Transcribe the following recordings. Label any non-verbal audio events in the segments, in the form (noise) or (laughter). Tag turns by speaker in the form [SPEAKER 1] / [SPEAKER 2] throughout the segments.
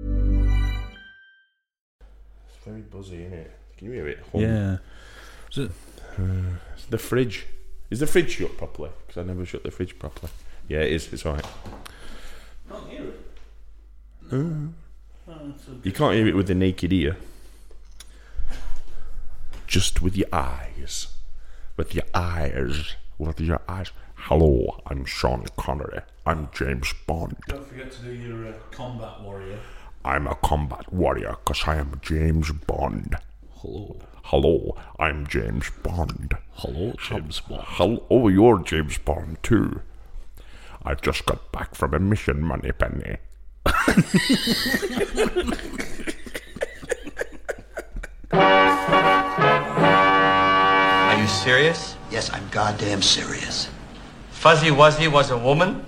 [SPEAKER 1] It's very buzzy, isn't it? Can you hear it? Hum.
[SPEAKER 2] Yeah. So,
[SPEAKER 1] It's the fridge. Is the fridge shut properly? Because I never shut the fridge properly. Yeah, it is. It's all right.
[SPEAKER 2] can't hear it. Oh,
[SPEAKER 1] You can't hear it with the naked ear. Just with your eyes. With your eyes. With your eyes. Hello, I'm Sean Connery. I'm James Bond.
[SPEAKER 2] Don't forget to do your uh, combat warrior.
[SPEAKER 1] I'm a combat warrior because I am James Bond.
[SPEAKER 2] Hello.
[SPEAKER 1] Hello, I'm James Bond.
[SPEAKER 2] Hello, James Bond.
[SPEAKER 1] Hello, oh, you're James Bond too. I've just got back from a mission, Moneypenny.
[SPEAKER 3] Are you serious?
[SPEAKER 4] Yes, I'm goddamn serious.
[SPEAKER 3] Fuzzy Wuzzy was a woman?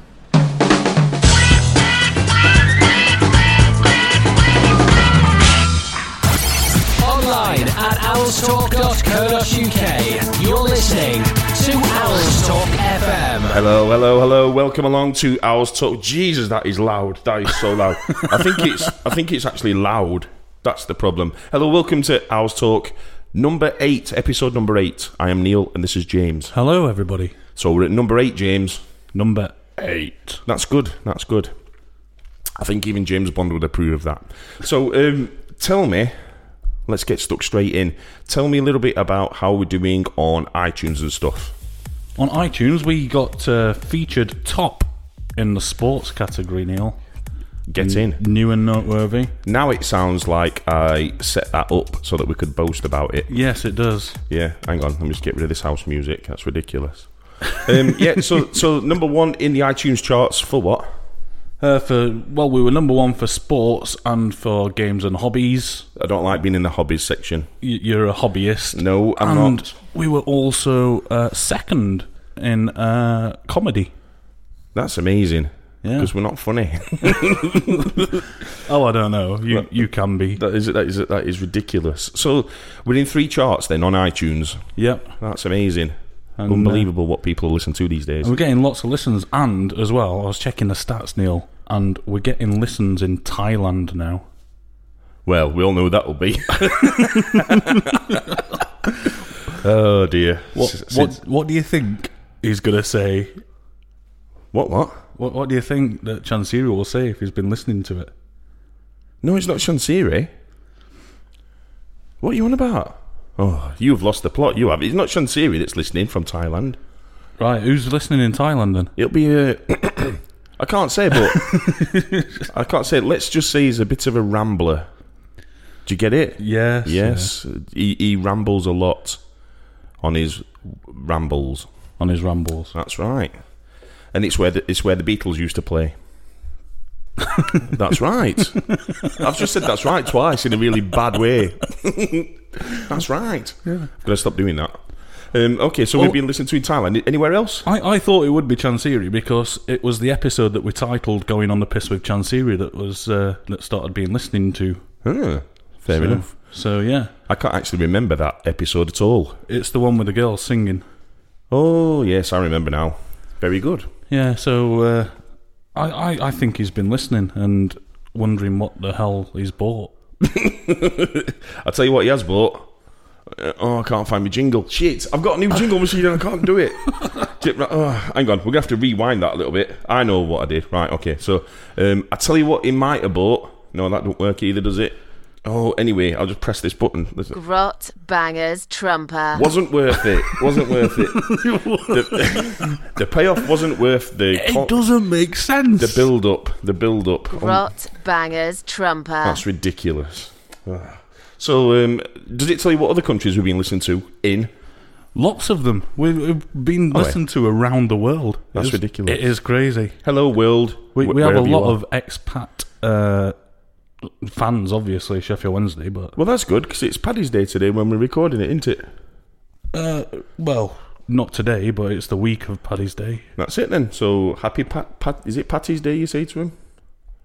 [SPEAKER 5] Online at owlstalk.co.uk. You're listening to Owls Talk FM.
[SPEAKER 1] Hello, hello, hello. Welcome along to Owls Talk. Jesus, that is loud. That is so loud. I think it's I think it's actually loud. That's the problem. Hello, welcome to Owls Talk number eight, episode number eight. I am Neil and this is James.
[SPEAKER 2] Hello, everybody.
[SPEAKER 1] So we're at number eight, James.
[SPEAKER 2] Number.
[SPEAKER 1] Eight. That's good. That's good. I think even James Bond would approve of that. So, um, tell me, let's get stuck straight in. Tell me a little bit about how we're doing on iTunes and stuff.
[SPEAKER 2] On iTunes, we got uh, featured top in the sports category, Neil.
[SPEAKER 1] Get in.
[SPEAKER 2] New and noteworthy.
[SPEAKER 1] Now it sounds like I set that up so that we could boast about it.
[SPEAKER 2] Yes, it does.
[SPEAKER 1] Yeah, hang on. Let me just get rid of this house music. That's ridiculous. Um, yeah, so so number one in the iTunes charts for what?
[SPEAKER 2] Uh, for well, we were number one for sports and for games and hobbies.
[SPEAKER 1] I don't like being in the hobbies section.
[SPEAKER 2] Y- You're a hobbyist.
[SPEAKER 1] No, I'm
[SPEAKER 2] and
[SPEAKER 1] not.
[SPEAKER 2] we were also uh, second in uh, comedy.
[SPEAKER 1] That's amazing.
[SPEAKER 2] Yeah.
[SPEAKER 1] Because we're not funny.
[SPEAKER 2] Oh, I don't know. You you can be.
[SPEAKER 1] That is that is that is ridiculous. So we're in three charts then on iTunes.
[SPEAKER 2] Yep.
[SPEAKER 1] That's amazing.
[SPEAKER 2] And, uh, Oh.
[SPEAKER 1] Unbelievable what people listen to these days.
[SPEAKER 2] And we're getting lots of listens, and as well, I was checking the stats, Neil, and we're getting listens in Thailand now.
[SPEAKER 1] Well, we all know that will
[SPEAKER 2] (laughs)
[SPEAKER 1] be. oh dear.
[SPEAKER 2] What
[SPEAKER 1] S-
[SPEAKER 2] what
[SPEAKER 1] since-
[SPEAKER 2] what do you think he's gonna say?
[SPEAKER 1] what what?
[SPEAKER 2] What what do you think that Chancery will say if he's been listening to it?
[SPEAKER 1] No, it's not Shansiri. What are you on about? Oh, you've lost the plot. You have. It's not Shansiri that's listening from Thailand.
[SPEAKER 2] Right, who's listening in Thailand then?
[SPEAKER 1] It'll be a. (coughs) I can't say, but
[SPEAKER 2] (laughs)
[SPEAKER 1] I can't say. Let's just say he's a bit of a rambler. Do you get it?
[SPEAKER 2] Yes.
[SPEAKER 1] Yes, he, he rambles a lot on his rambles.
[SPEAKER 2] yeah, On his rambles.
[SPEAKER 1] That's right, and it's where the, it's where the Beatles used to (laughs) play. that's right. I've just said that's right twice in a really bad way. that's right. Yeah, I've got to stop doing that. Um, okay, so we've been listening to in Thailand. Anywhere else?
[SPEAKER 2] I, I thought it would be Chancery because it was the episode that we titled Going on the Piss with Chancery that was uh, that started being listening to.
[SPEAKER 1] Huh, fair
[SPEAKER 2] So-
[SPEAKER 1] enough.
[SPEAKER 2] So yeah.
[SPEAKER 1] I can't actually remember that episode at all.
[SPEAKER 2] It's the one with the girls singing.
[SPEAKER 1] Oh yes, I remember now. Very good.
[SPEAKER 2] Yeah, so uh, I, I, I think he's been listening and wondering what the hell he's bought.
[SPEAKER 1] I'll tell you what he has bought. Uh, oh, I can't find my jingle. Shit, I've got a new jingle machine and I can't do it. Shit, right, oh, hang on, we're going to have to rewind that a little bit. I know what I did. Right, okay. So, um, I tell you what he might have bought. No, that don't work either, does it? Oh, anyway, I'll just press this button. Listen.
[SPEAKER 6] Grot bangers trumper.
[SPEAKER 1] Wasn't worth it. Wasn't worth it. the, (laughs) the payoff wasn't worth the con-
[SPEAKER 2] doesn't make sense.
[SPEAKER 1] the build up. The build up.
[SPEAKER 6] Grot bangers trumper.
[SPEAKER 1] That's ridiculous. Ah. So, um, does it tell you what other countries we've been listening to in?
[SPEAKER 2] Lots of them. We've, we've been
[SPEAKER 1] Oh, yeah.
[SPEAKER 2] listened to around the world.
[SPEAKER 1] That's
[SPEAKER 2] It's-
[SPEAKER 1] ridiculous.
[SPEAKER 2] It is crazy.
[SPEAKER 1] Hello, world.
[SPEAKER 2] We,
[SPEAKER 1] Wh-
[SPEAKER 2] we have a
[SPEAKER 1] wherever you
[SPEAKER 2] lot
[SPEAKER 1] are.
[SPEAKER 2] of expat uh, fans, obviously, Sheffield Wednesday, but
[SPEAKER 1] Well, that's good because it's Paddy's Day today when we're recording it, isn't it?
[SPEAKER 2] uh, well, not today, but it's the week of Paddy's Day.
[SPEAKER 1] That's it then. So happy Pat. Pat is it Patty's Day? You say to him,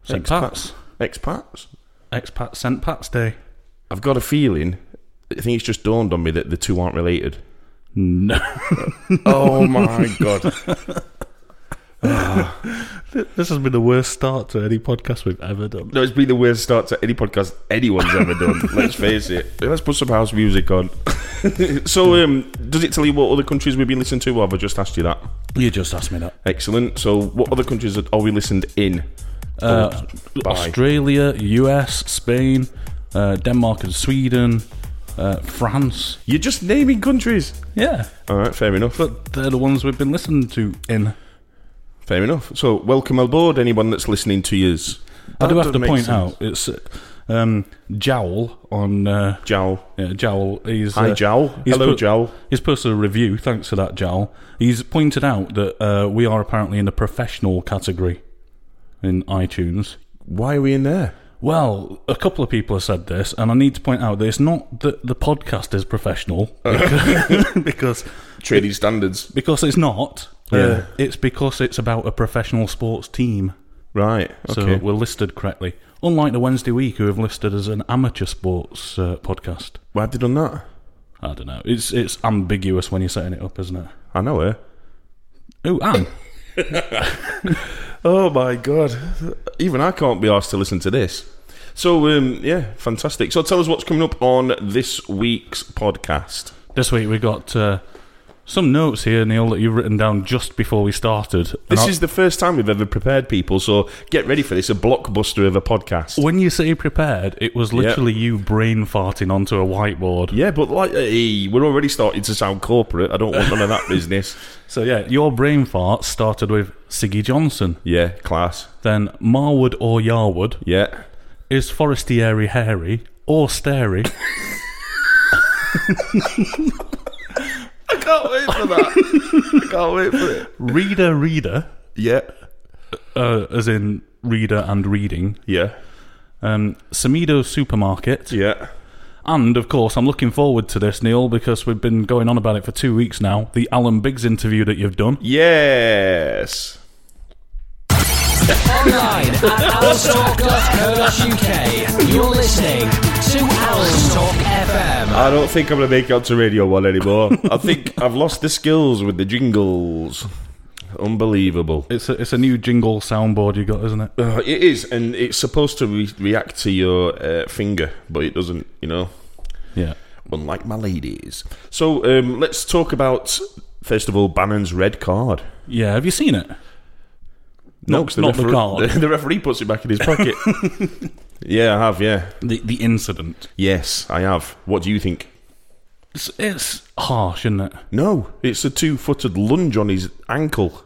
[SPEAKER 2] St.
[SPEAKER 1] Ex-pats.
[SPEAKER 2] Pat's,
[SPEAKER 1] expats.
[SPEAKER 2] expat St. Pat's Day.
[SPEAKER 1] I've got a feeling. I think it's just dawned on me that the two aren't related.
[SPEAKER 2] No,
[SPEAKER 1] (laughs) Oh my god!
[SPEAKER 2] this has been the worst start to any podcast we've ever done.
[SPEAKER 1] No, it's been the worst start to any podcast anyone's ever done. Let's face it. Let's put some house music on. (laughs) so, um, does it tell you what other countries we've been listening to? Or have I just asked you that?
[SPEAKER 2] You just asked me that.
[SPEAKER 1] Excellent. So, what other countries are we listened in?
[SPEAKER 2] Uh,
[SPEAKER 1] Bye.
[SPEAKER 2] Australia, US, Spain, uh, Denmark and Sweden, uh, France.
[SPEAKER 1] You're just naming countries.
[SPEAKER 2] Yeah,
[SPEAKER 1] All right, fair enough.
[SPEAKER 2] but they're the ones we've been listening to in.
[SPEAKER 1] Fair enough. So, welcome aboard, anyone that's listening to yours.
[SPEAKER 2] I do
[SPEAKER 1] That
[SPEAKER 2] have to
[SPEAKER 1] doesn't make
[SPEAKER 2] point
[SPEAKER 1] sense.
[SPEAKER 2] out it's uh, um, Jowl on uh,
[SPEAKER 1] Jowl.
[SPEAKER 2] yeah, Jowl. He's
[SPEAKER 1] Hi, Jowl. Hello, Jowl.
[SPEAKER 2] He's posted a review. Thanks for that, Jowl. He's pointed out that uh, we are apparently in the professional category in iTunes.
[SPEAKER 1] Why are we in there?
[SPEAKER 2] Well, a couple of people have said this, and I need to point out that it's not that the podcast is
[SPEAKER 1] (laughs)
[SPEAKER 2] professional
[SPEAKER 1] Oh.
[SPEAKER 2] because because,
[SPEAKER 1] Trading standards.
[SPEAKER 2] because it's not.
[SPEAKER 1] Yeah.
[SPEAKER 2] Uh, it's because it's about a professional sports team,
[SPEAKER 1] Right.
[SPEAKER 2] so
[SPEAKER 1] Okay.
[SPEAKER 2] we're listed correctly. Unlike the Wednesday Week, who have listed as an amateur sports uh, podcast.
[SPEAKER 1] Why have they done that?
[SPEAKER 2] I don't know. It's it's ambiguous when you're setting it up, isn't it?
[SPEAKER 1] I know her.
[SPEAKER 2] Oh, Anne.
[SPEAKER 1] Oh my god! Even I can't be asked to listen to this. So um, yeah, fantastic. So tell us what's coming up on this week's podcast.
[SPEAKER 2] this week we got uh, some notes here, Neil, that you've written down just before we started. And
[SPEAKER 1] This
[SPEAKER 2] I-
[SPEAKER 1] is the first time we've ever prepared people, so get ready for this—a blockbuster of a podcast.
[SPEAKER 2] When you say prepared, it was literally you brain farting onto a whiteboard.
[SPEAKER 1] Yeah, but like hey, we're already starting to sound corporate. I don't want none of (laughs) that business.
[SPEAKER 2] So yeah, your brain fart started with Siggy Johnson,
[SPEAKER 1] Yeah, class.
[SPEAKER 2] then Marwood or Yarwood,
[SPEAKER 1] Yeah,
[SPEAKER 2] is Forestieri hairy or (laughs) stary?
[SPEAKER 1] I can't wait for that. I can't wait for it.
[SPEAKER 2] reader, reader,
[SPEAKER 1] Yeah,
[SPEAKER 2] uh, as in reader and reading.
[SPEAKER 1] yeah,
[SPEAKER 2] Um, Samido Supermarket,
[SPEAKER 1] yeah.
[SPEAKER 2] and of course, I'm looking forward to this, Neil, because we've been going on about it for two weeks now. The Alan Biggs interview that you've done.
[SPEAKER 1] Yes.
[SPEAKER 5] Online at owlstalk.co.uk. You're listening to Owls Talk FM.
[SPEAKER 1] I don't think I'm going to make it onto Radio 1 (laughs) anymore. I think I've lost the skills with the jingles. Unbelievable.
[SPEAKER 2] It's a, it's a new jingle soundboard you got, isn't it?
[SPEAKER 1] Uh, it is, and it's supposed to re- react to your uh, finger, but it doesn't, you know,
[SPEAKER 2] Yeah.
[SPEAKER 1] unlike my ladies. So um, let's talk about, first of all, Bannon's red card.
[SPEAKER 2] Yeah, have you seen it?
[SPEAKER 1] No,
[SPEAKER 2] Not-
[SPEAKER 1] 'cause
[SPEAKER 2] not the
[SPEAKER 1] refere-
[SPEAKER 2] card.
[SPEAKER 1] (laughs) The referee puts it back in his
[SPEAKER 2] (laughs)
[SPEAKER 1] pocket. yeah, I have, yeah.
[SPEAKER 2] The the incident.
[SPEAKER 1] Yes, I have. What do you think?
[SPEAKER 2] It's, it's harsh, isn't it?
[SPEAKER 1] No, it's a two-footed lunge on his ankle.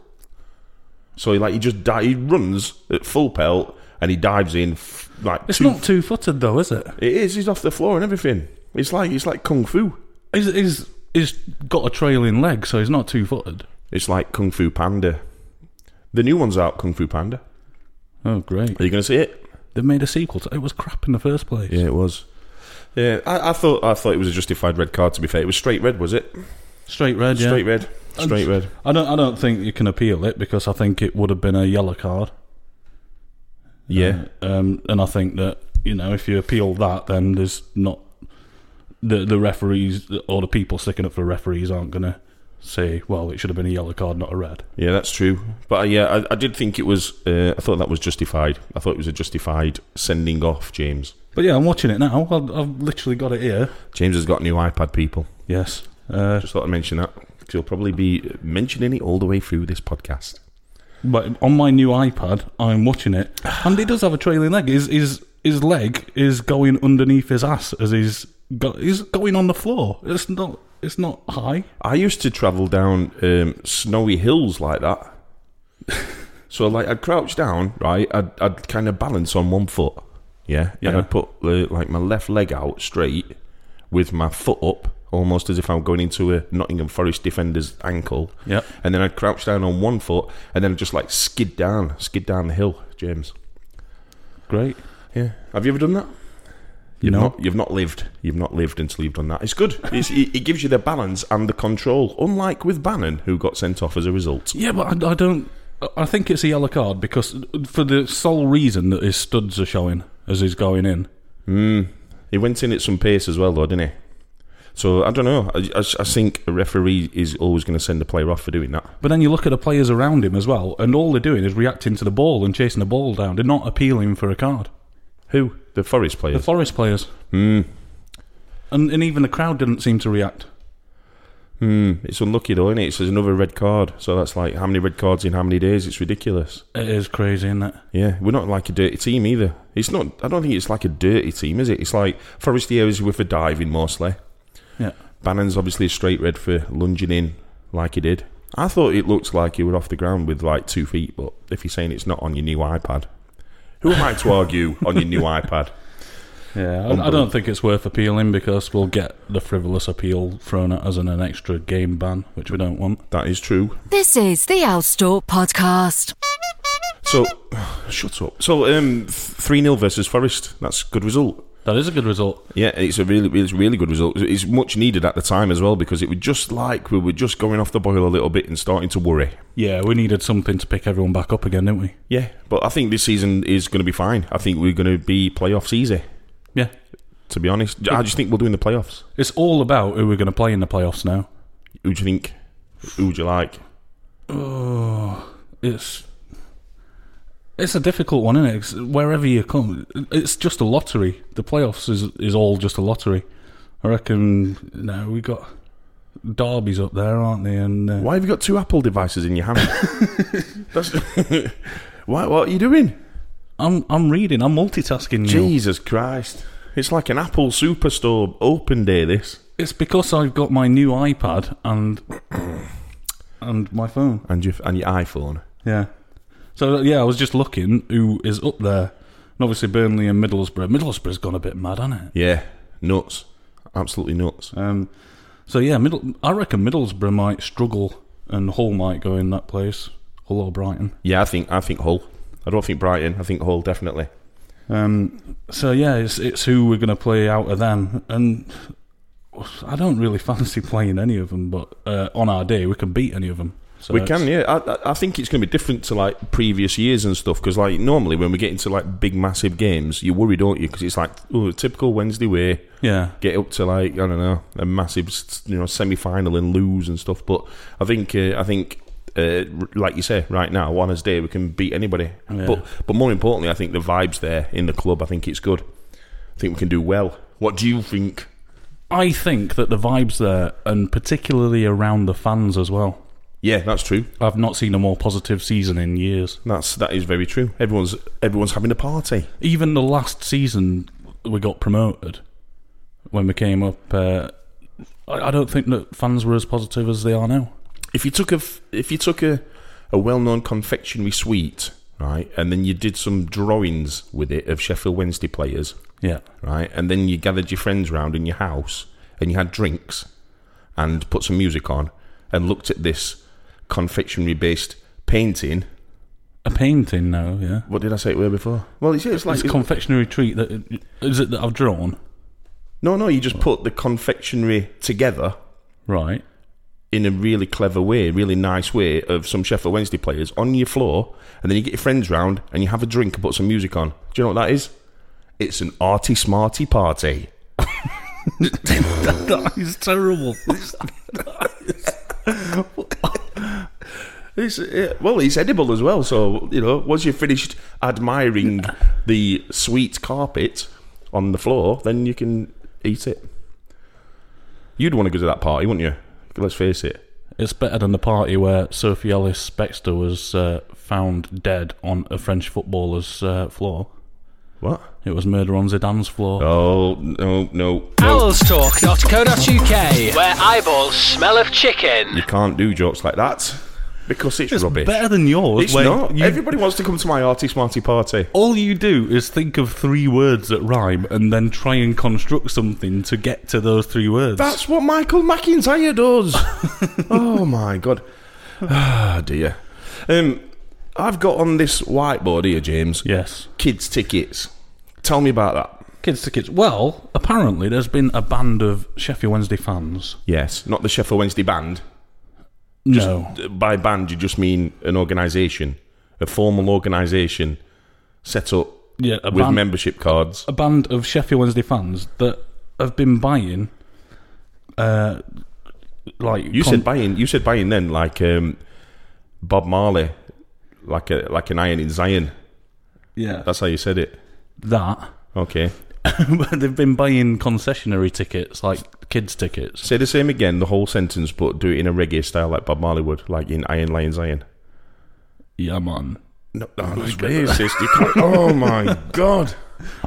[SPEAKER 1] So he like he just di- he runs at full pelt and he dives in f- like
[SPEAKER 2] It's
[SPEAKER 1] two-
[SPEAKER 2] not two footed though, is it?
[SPEAKER 1] It is. He's off the floor and everything. It's like it's like kung fu.
[SPEAKER 2] He's, he's, he's got a trailing leg, so he's not two footed.
[SPEAKER 1] It's like kung fu panda. The new one's out, Kung Fu Panda.
[SPEAKER 2] Oh great!
[SPEAKER 1] Are you going to see it?
[SPEAKER 2] They made a sequel to it. Was crap in the first place.
[SPEAKER 1] Yeah, it was. Yeah, I, I thought I thought it was a justified red card. To be fair, it was straight red, was it?
[SPEAKER 2] Straight red. Yeah.
[SPEAKER 1] Straight red, straight red.
[SPEAKER 2] I don't. I don't think you can appeal it because I think it would have been a yellow card.
[SPEAKER 1] Yeah,
[SPEAKER 2] Um, and I think that you know if you appeal that, then there's not the the referees or the people sticking up for referees aren't going to say, well, it should have been a yellow card, not a red.
[SPEAKER 1] yeah, that's true. But uh, yeah, I, I did think it was. Uh, I thought that was justified. I thought it was a justified sending off, James.
[SPEAKER 2] But yeah, I'm watching it now. I've, I've literally got it here.
[SPEAKER 1] James has got a new iPad, people.
[SPEAKER 2] Yes. Uh,
[SPEAKER 1] Just thought I'd mention that because he'll probably be mentioning it all the way through this podcast.
[SPEAKER 2] but on my new iPad, I'm watching it, and he does have a trailing leg. His his his leg is going underneath his ass as he's go, he's going on the floor. It's not it's not high.
[SPEAKER 1] I used to travel down um, snowy hills like that. (laughs) so, like, I'd crouch down, right? I'd, I'd kind of balance on one foot, yeah? And
[SPEAKER 2] Yeah.
[SPEAKER 1] I'd put, uh, like, my left leg out straight with my foot up, almost as if I'm going into a Nottingham Forest defender's ankle.
[SPEAKER 2] Yep.
[SPEAKER 1] And then I'd crouch down on one foot and then just, like, skid down, skid down the hill, James.
[SPEAKER 2] Great.
[SPEAKER 1] Yeah. Have you ever done that?
[SPEAKER 2] You
[SPEAKER 1] You've
[SPEAKER 2] know,
[SPEAKER 1] not, you've not lived. You've not lived until you've done that. It's good. It's, it, it gives you the balance and the control, unlike with Bannon, who got sent off as a result.
[SPEAKER 2] Yeah, but I, I don't. I think it's a yellow card because for the sole reason that his studs are showing as he's going in.
[SPEAKER 1] He went in at some pace as well, though, didn't he? So I don't know. I, I, I think a referee is always going to send a player off for doing that.
[SPEAKER 2] But then you look at the players around him as well, and all they're doing is reacting to the ball and chasing the ball down. They're not appealing for a card.
[SPEAKER 1] Who? Hmm. The Forest
[SPEAKER 2] The
[SPEAKER 1] players.
[SPEAKER 2] Forest players. And, and even the crowd didn't seem to react.
[SPEAKER 1] it's unlucky though, isn't it? It's another red card. So that's like how many red cards in how many days? It's ridiculous.
[SPEAKER 2] It is crazy, isn't it?
[SPEAKER 1] Yeah, we're not like a dirty team either. It's not. I don't think it's like a dirty team, is it? It's like Forestier with for diving mostly.
[SPEAKER 2] Yeah.
[SPEAKER 1] Bannon's obviously a straight red for lunging in like he did. I thought it looked like he were off the ground with like two feet, but if you're saying it's not on your new iPad, who am I to argue on your new iPad?
[SPEAKER 2] Yeah, I, I don't think it's worth appealing because we'll get the frivolous appeal thrown at us and an extra game ban, which we don't want.
[SPEAKER 1] That is true.
[SPEAKER 7] This is the Alstorp podcast.
[SPEAKER 1] So, (sighs) shut up. So, um, three 0 versus Forest. That's a good result.
[SPEAKER 2] That is a good result.
[SPEAKER 1] Yeah, it's a really, it's a really good result. It's much needed at the time as well because it was just like we were just going off the boil a little bit and starting to worry.
[SPEAKER 2] Yeah, we needed something to pick everyone back up again, didn't we?
[SPEAKER 1] Yeah, but I think this season is going to be fine. I think we're going to be playoffs easy.
[SPEAKER 2] Yeah.
[SPEAKER 1] To be honest, I just think we'll do in the playoffs.
[SPEAKER 2] It's all about who we're going to play in the playoffs now.
[SPEAKER 1] Who do you think? Who would you like?
[SPEAKER 2] Oh, It's it's a difficult one, isn't it? 'Cause wherever you come, it's just a lottery. The playoffs is is all just a lottery. I reckon. No, we got derbies up there, aren't they? And uh,
[SPEAKER 1] Why have you got two Apple devices in your hand? That's, (laughs) why, what are you doing?
[SPEAKER 2] I'm I'm reading. I'm multitasking. Neil.
[SPEAKER 1] Jesus Christ. It's like an Apple Superstore open day, this.
[SPEAKER 2] It's because I've got my new iPad and and my phone.
[SPEAKER 1] And your, and your iPhone.
[SPEAKER 2] Yeah. So yeah, I was just looking who is up there. And obviously Burnley and Middlesbrough. Middlesbrough's gone a bit mad, hasn't it?
[SPEAKER 1] Yeah, nuts. Absolutely nuts.
[SPEAKER 2] Um, so yeah, Middle. I reckon Middlesbrough might struggle, and Hull might go in that place. Hull or Brighton.
[SPEAKER 1] Yeah, I think I think Hull. I don't think Brighton. I think Hull definitely.
[SPEAKER 2] Um, so yeah, it's it's who we're going to play out of them, and I don't really fancy playing any of them. But uh, on our day, we can beat any of them. So
[SPEAKER 1] we
[SPEAKER 2] it's-
[SPEAKER 1] can, yeah. I, I- I think it's going to be different to like previous years and stuff because like normally when we get into like big massive games, you worry, don't you? Because it's like oh, typical Wednesday way.
[SPEAKER 2] Yeah.
[SPEAKER 1] Get up to like I don't know a massive s- you know semi final and lose and stuff. But I think uh, I think. Uh, r- like you say, right now on his day we can beat anybody.
[SPEAKER 2] Yeah.
[SPEAKER 1] But but more importantly, I think the vibes there in the club. I think it's good. I think we can do well. What do you think?
[SPEAKER 2] I think that the vibes there, and particularly around the fans as well.
[SPEAKER 1] Yeah, that's true.
[SPEAKER 2] I've not seen a more positive season in years.
[SPEAKER 1] That's that is very true. Everyone's everyone's having a party.
[SPEAKER 2] even the last season we got promoted when we came up uh, I, I don't think that fans were as positive as they are now
[SPEAKER 1] If you took a f- if you took a, a well known confectionery sweet, right, and then you did some drawings with it of Sheffield Wednesday players,
[SPEAKER 2] yeah
[SPEAKER 1] right, and then you gathered your friends round in your house and you had drinks and put some music on and looked at this confectionery based painting.
[SPEAKER 2] a painting now yeah
[SPEAKER 1] What did I say it were before? Well, it's, it's like
[SPEAKER 2] it's a confectionery treat that is it that I've drawn
[SPEAKER 1] no, no. You just put the confectionery together
[SPEAKER 2] right
[SPEAKER 1] in a really clever way, really nice way of some Sheffield Wednesday players on your floor, and then you get your friends round and you have a drink and put some music on. Do you know what that is? It's an arty smarty party.
[SPEAKER 2] that is terrible
[SPEAKER 1] It's, yeah, well, it's edible as well. So you know, once you've finished admiring the sweet carpet on the floor, then you can eat it. You'd want to go to that party, wouldn't you? Let's face it.
[SPEAKER 2] (laughs) it's better than the party where Sophie Ellis Spexter was uh, found dead on a French footballer's uh, floor
[SPEAKER 1] What?
[SPEAKER 2] it was murder on Zidane's floor
[SPEAKER 1] Oh no, no, no!
[SPEAKER 5] Owlstalk.co.uk, where eyeballs smell of chicken.
[SPEAKER 1] You can't do jokes like that because it's,
[SPEAKER 2] it's
[SPEAKER 1] rubbish.
[SPEAKER 2] better than yours
[SPEAKER 1] It's
[SPEAKER 2] where
[SPEAKER 1] not.
[SPEAKER 2] you-
[SPEAKER 1] Everybody wants to come to my arty smarty party.
[SPEAKER 2] All you do is think of three words that rhyme and then try and construct something to get to those three words.
[SPEAKER 1] That's what Michael McIntyre
[SPEAKER 2] (laughs)
[SPEAKER 1] does. oh my god. Ah dear. Um, I've got on this whiteboard here, James.
[SPEAKER 2] yes.
[SPEAKER 1] Kids tickets. Tell me about that.
[SPEAKER 2] Kids to kids. Well, apparently there's been a band of Sheffield Wednesday fans.
[SPEAKER 1] Yes. Not the Sheffield Wednesday band.
[SPEAKER 2] No.
[SPEAKER 1] By band, you just mean an organisation, a formal organisation set up
[SPEAKER 2] Yeah, a
[SPEAKER 1] with
[SPEAKER 2] band,
[SPEAKER 1] membership cards.
[SPEAKER 2] a band of Sheffield Wednesday fans that have been buying, uh, like
[SPEAKER 1] You
[SPEAKER 2] con-
[SPEAKER 1] said buying. You said buying then, like um, Bob Marley, like a like an iron in Zion.
[SPEAKER 2] yeah
[SPEAKER 1] That's how you said it.
[SPEAKER 2] that. (laughs)
[SPEAKER 1] Okay.
[SPEAKER 2] but they've been buying concessionary tickets, like kids tickets.
[SPEAKER 1] Say the same again, the whole sentence, but do it in a reggae style, like Bob Marley would, like in Iron Lion Zion.
[SPEAKER 2] Yeah, man.
[SPEAKER 1] No, no that's racist. You can't- (laughs) oh my god.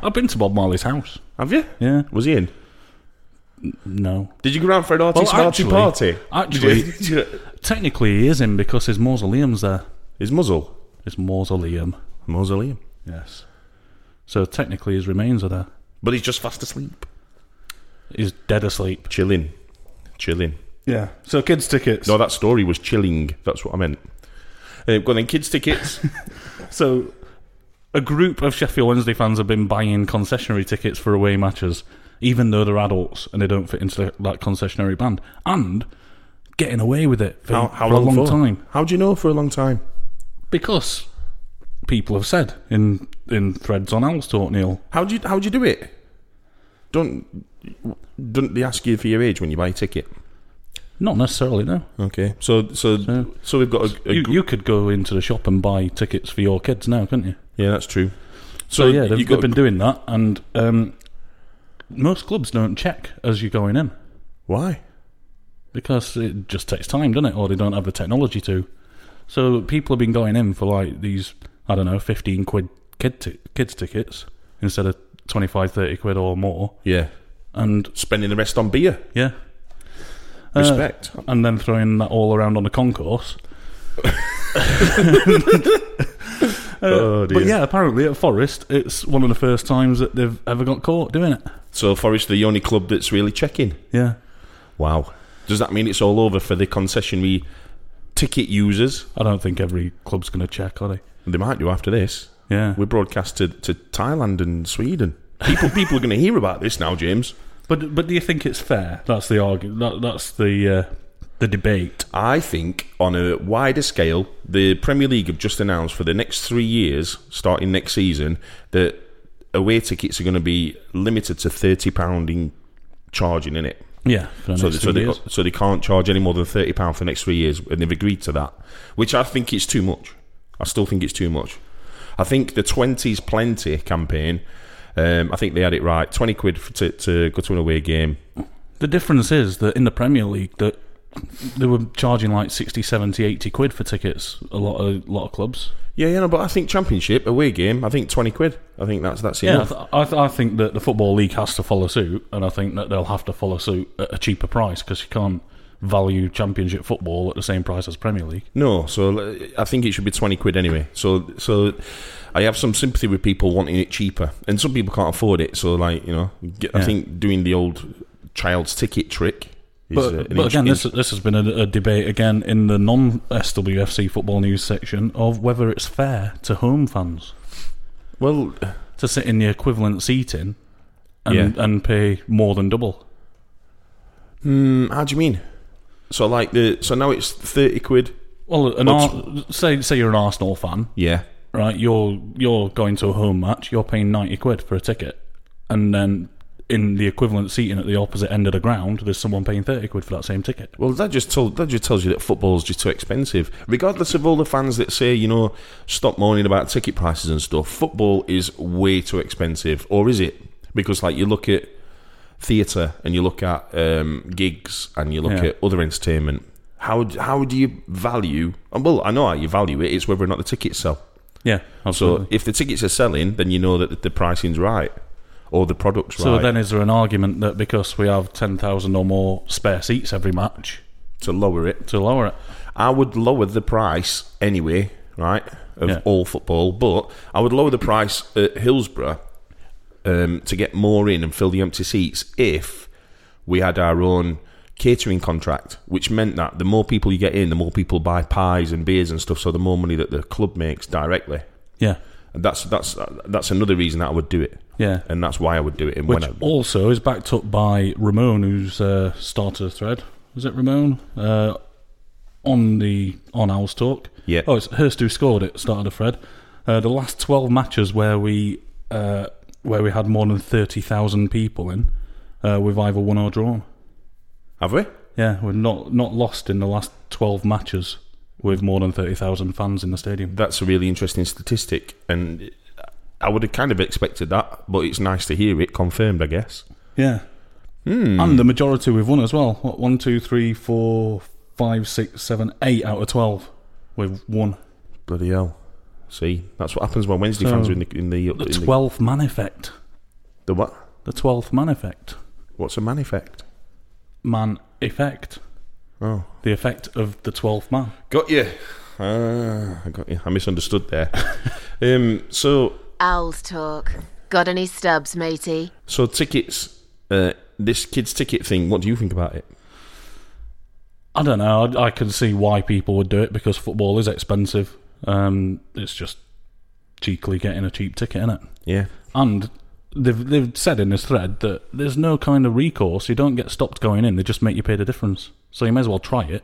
[SPEAKER 2] I've been to Bob Marley's house.
[SPEAKER 1] Have you?
[SPEAKER 2] Yeah.
[SPEAKER 1] Was he in?
[SPEAKER 2] No.
[SPEAKER 1] Did you go round for an artist
[SPEAKER 2] Well,
[SPEAKER 1] arty
[SPEAKER 2] actually-
[SPEAKER 1] party?
[SPEAKER 2] actually-
[SPEAKER 1] Did you- did you-
[SPEAKER 2] Technically, he is in because his mausoleum's there.
[SPEAKER 1] his muzzle
[SPEAKER 2] His mausoleum.
[SPEAKER 1] mausoleum,
[SPEAKER 2] Yes. So technically, his remains are there.
[SPEAKER 1] but he's just fast asleep,
[SPEAKER 2] He's dead asleep.
[SPEAKER 1] chilling, chilling.
[SPEAKER 2] Yeah. So kids tickets.
[SPEAKER 1] No, that story was chilling. That's what I meant. Uh, go on then, kids tickets.
[SPEAKER 2] (laughs) So, a group of Sheffield Wednesday fans have been buying concessionary tickets for away matches, even though they're adults and they don't fit into that concessionary band, and getting away with it for,
[SPEAKER 1] how how
[SPEAKER 2] for
[SPEAKER 1] long
[SPEAKER 2] a long
[SPEAKER 1] for?
[SPEAKER 2] time
[SPEAKER 1] How do you know for a long time?
[SPEAKER 2] because people have said in in threads on Owl's Talk, Neil.
[SPEAKER 1] How do you how do you do it? Don't don't they ask you for your age when you buy a ticket?
[SPEAKER 2] Not necessarily, no.
[SPEAKER 1] Okay, so so so, we've got a, a
[SPEAKER 2] You,
[SPEAKER 1] gr-
[SPEAKER 2] you could go into the shop and buy tickets for your kids now, couldn't you?
[SPEAKER 1] yeah, that's true.
[SPEAKER 2] So, yeah, they've,
[SPEAKER 1] you
[SPEAKER 2] they've
[SPEAKER 1] got
[SPEAKER 2] been doing that, and um, most clubs don't check as you're going in.
[SPEAKER 1] why?
[SPEAKER 2] because it just takes time, doesn't it? Or they don't have the technology to. So people have been going in for like these, I don't know, 15 quid kid ti- kids tickets instead of 25, 30 quid or more.
[SPEAKER 1] Yeah,
[SPEAKER 2] And
[SPEAKER 1] spending the rest on beer.
[SPEAKER 2] yeah. Uh,
[SPEAKER 1] Respect.
[SPEAKER 2] and then throwing that all around on
[SPEAKER 1] (laughs)
[SPEAKER 2] the concourse. Uh,
[SPEAKER 1] oh dear.
[SPEAKER 2] But yeah, apparently at Forest, it's one of the first times that they've ever got caught doing it.
[SPEAKER 1] So Forest are the only club that's really checking.
[SPEAKER 2] Yeah.
[SPEAKER 1] Wow. Does that mean it's all over for the concessionary ticket users?
[SPEAKER 2] I don't think every club's going to check, are they?
[SPEAKER 1] They might do after this.
[SPEAKER 2] Yeah.
[SPEAKER 1] We broadcast to, to Thailand and Sweden. People people are going to hear about this now, James.
[SPEAKER 2] But but do you think it's fair? That's the argument. That, that's the uh, the debate.
[SPEAKER 1] I think on a wider scale, the Premier League have just announced for the next three years, starting next season, that away tickets are going to be limited to thirty pound in charging in it.
[SPEAKER 2] Yeah. For the
[SPEAKER 1] So,
[SPEAKER 2] next
[SPEAKER 1] they, so,
[SPEAKER 2] few
[SPEAKER 1] they,
[SPEAKER 2] years.
[SPEAKER 1] so they can't charge any more than thirty pound for the next three years, and they've agreed to that, which I think it's too much. I still think it's too much. I think the twenties plenty campaign. Um, I think they had it right. Twenty quid for to, to go to an away game.
[SPEAKER 2] The difference is that in the Premier League that they were charging like 60, 70, 80 quid for tickets a lot of lot of clubs.
[SPEAKER 1] Yeah, yeah, no, but I think championship away game. I think twenty quid. I think that's that's
[SPEAKER 2] Yeah, I,
[SPEAKER 1] enough.
[SPEAKER 2] th- I, th- I think that the football league has to follow suit and I think that they'll have to follow suit at a cheaper price because you can't value championship football at the same price as Premier League.
[SPEAKER 1] No, so uh, I think it should be twenty quid anyway. So, so I have some sympathy with people wanting it cheaper, and some people can't afford it. So, like you know, get, I
[SPEAKER 2] Yeah.
[SPEAKER 1] think doing the old child's ticket trick. Is,
[SPEAKER 2] But,
[SPEAKER 1] uh, an
[SPEAKER 2] but
[SPEAKER 1] int-
[SPEAKER 2] again, this
[SPEAKER 1] int-
[SPEAKER 2] this has been a, a debate again in the non SWFC football news section of whether it's fair to home fans
[SPEAKER 1] well,
[SPEAKER 2] to sit in the equivalent seating and
[SPEAKER 1] Yeah.
[SPEAKER 2] and pay more than double.
[SPEAKER 1] mm, how do you mean? So, like the so now it's thirty quid.
[SPEAKER 2] Well, an
[SPEAKER 1] Well,
[SPEAKER 2] Ar- say say you're an Arsenal fan,
[SPEAKER 1] Yeah,
[SPEAKER 2] right? You're you're going to a home match. You're paying ninety quid for a ticket, and then in the equivalent seating at the opposite end of the ground, there's someone paying thirty quid for that same ticket.
[SPEAKER 1] Well, that just told that just tells you that football's just too expensive. Regardless of all the fans that say, you know, stop moaning about ticket prices and stuff, football is way too expensive, or is it? Because like you look at theatre and you look at um, gigs and you look
[SPEAKER 2] Yeah.
[SPEAKER 1] at other entertainment. How d- how do you value? and, Well, I know how you value it. It's whether or not the tickets sell.
[SPEAKER 2] Yeah,
[SPEAKER 1] So
[SPEAKER 2] absolutely.
[SPEAKER 1] if the tickets are selling, then you know that the pricing's right or the product's
[SPEAKER 2] So,
[SPEAKER 1] right.
[SPEAKER 2] then, is there an argument that because we have ten thousand or more spare seats every match
[SPEAKER 1] to lower it,
[SPEAKER 2] to lower it?
[SPEAKER 1] I would lower the price anyway, right, of
[SPEAKER 2] Yeah.
[SPEAKER 1] all football, but I would lower the price at Hillsborough um, to get more in and fill the empty seats if we had our own catering contract, which meant that the more people you get in, the more people buy pies and beers and stuff, so the more money that the club makes directly.
[SPEAKER 2] Yeah,
[SPEAKER 1] And that's that's that's another reason that I would do it.
[SPEAKER 2] Yeah.
[SPEAKER 1] and that's why I would do it. And
[SPEAKER 2] Which
[SPEAKER 1] when I,
[SPEAKER 2] also is backed up by Ramon, who's uh, started a thread. Is it Ramon? Uh, on the on Owls Talk.
[SPEAKER 1] Yeah.
[SPEAKER 2] Oh, it's Hurst who scored it. Started a thread. Uh, the last twelve matches where we uh, where we had more than thirty thousand people in, uh, we've either won or drawn.
[SPEAKER 1] have we?
[SPEAKER 2] Yeah, we're not not lost in the last twelve matches with more than thirty thousand fans in the stadium.
[SPEAKER 1] That's a really interesting statistic, and I would have kind of expected that, but it's nice to hear it confirmed. I guess.
[SPEAKER 2] Yeah. And the majority we've won as well. What one, two, three, four, five, six, seven, eight out of twelve we've won.
[SPEAKER 1] Bloody hell! See, that's what happens when Wednesday fans are in the in the,
[SPEAKER 2] The
[SPEAKER 1] in the-
[SPEAKER 2] twelfth man effect.
[SPEAKER 1] the what?
[SPEAKER 2] The twelfth man effect.
[SPEAKER 1] What's a man effect?
[SPEAKER 2] Man effect.
[SPEAKER 1] Oh,
[SPEAKER 2] The effect of the twelfth man.
[SPEAKER 1] got you. Ah, I got you. I misunderstood there. (laughs) um, so
[SPEAKER 6] Owls talk. Got any stubs, matey?
[SPEAKER 1] so tickets. Uh, this kid's ticket thing. What do you think about it?
[SPEAKER 2] I don't know. I, I can see why people would do it because football is expensive. Um, it's just cheekily getting a cheap ticket, is it?
[SPEAKER 1] Yeah.
[SPEAKER 2] And they've they've said in this thread that there's no kind of recourse. You don't get stopped going in. They just make you pay the difference. So you may as well try it.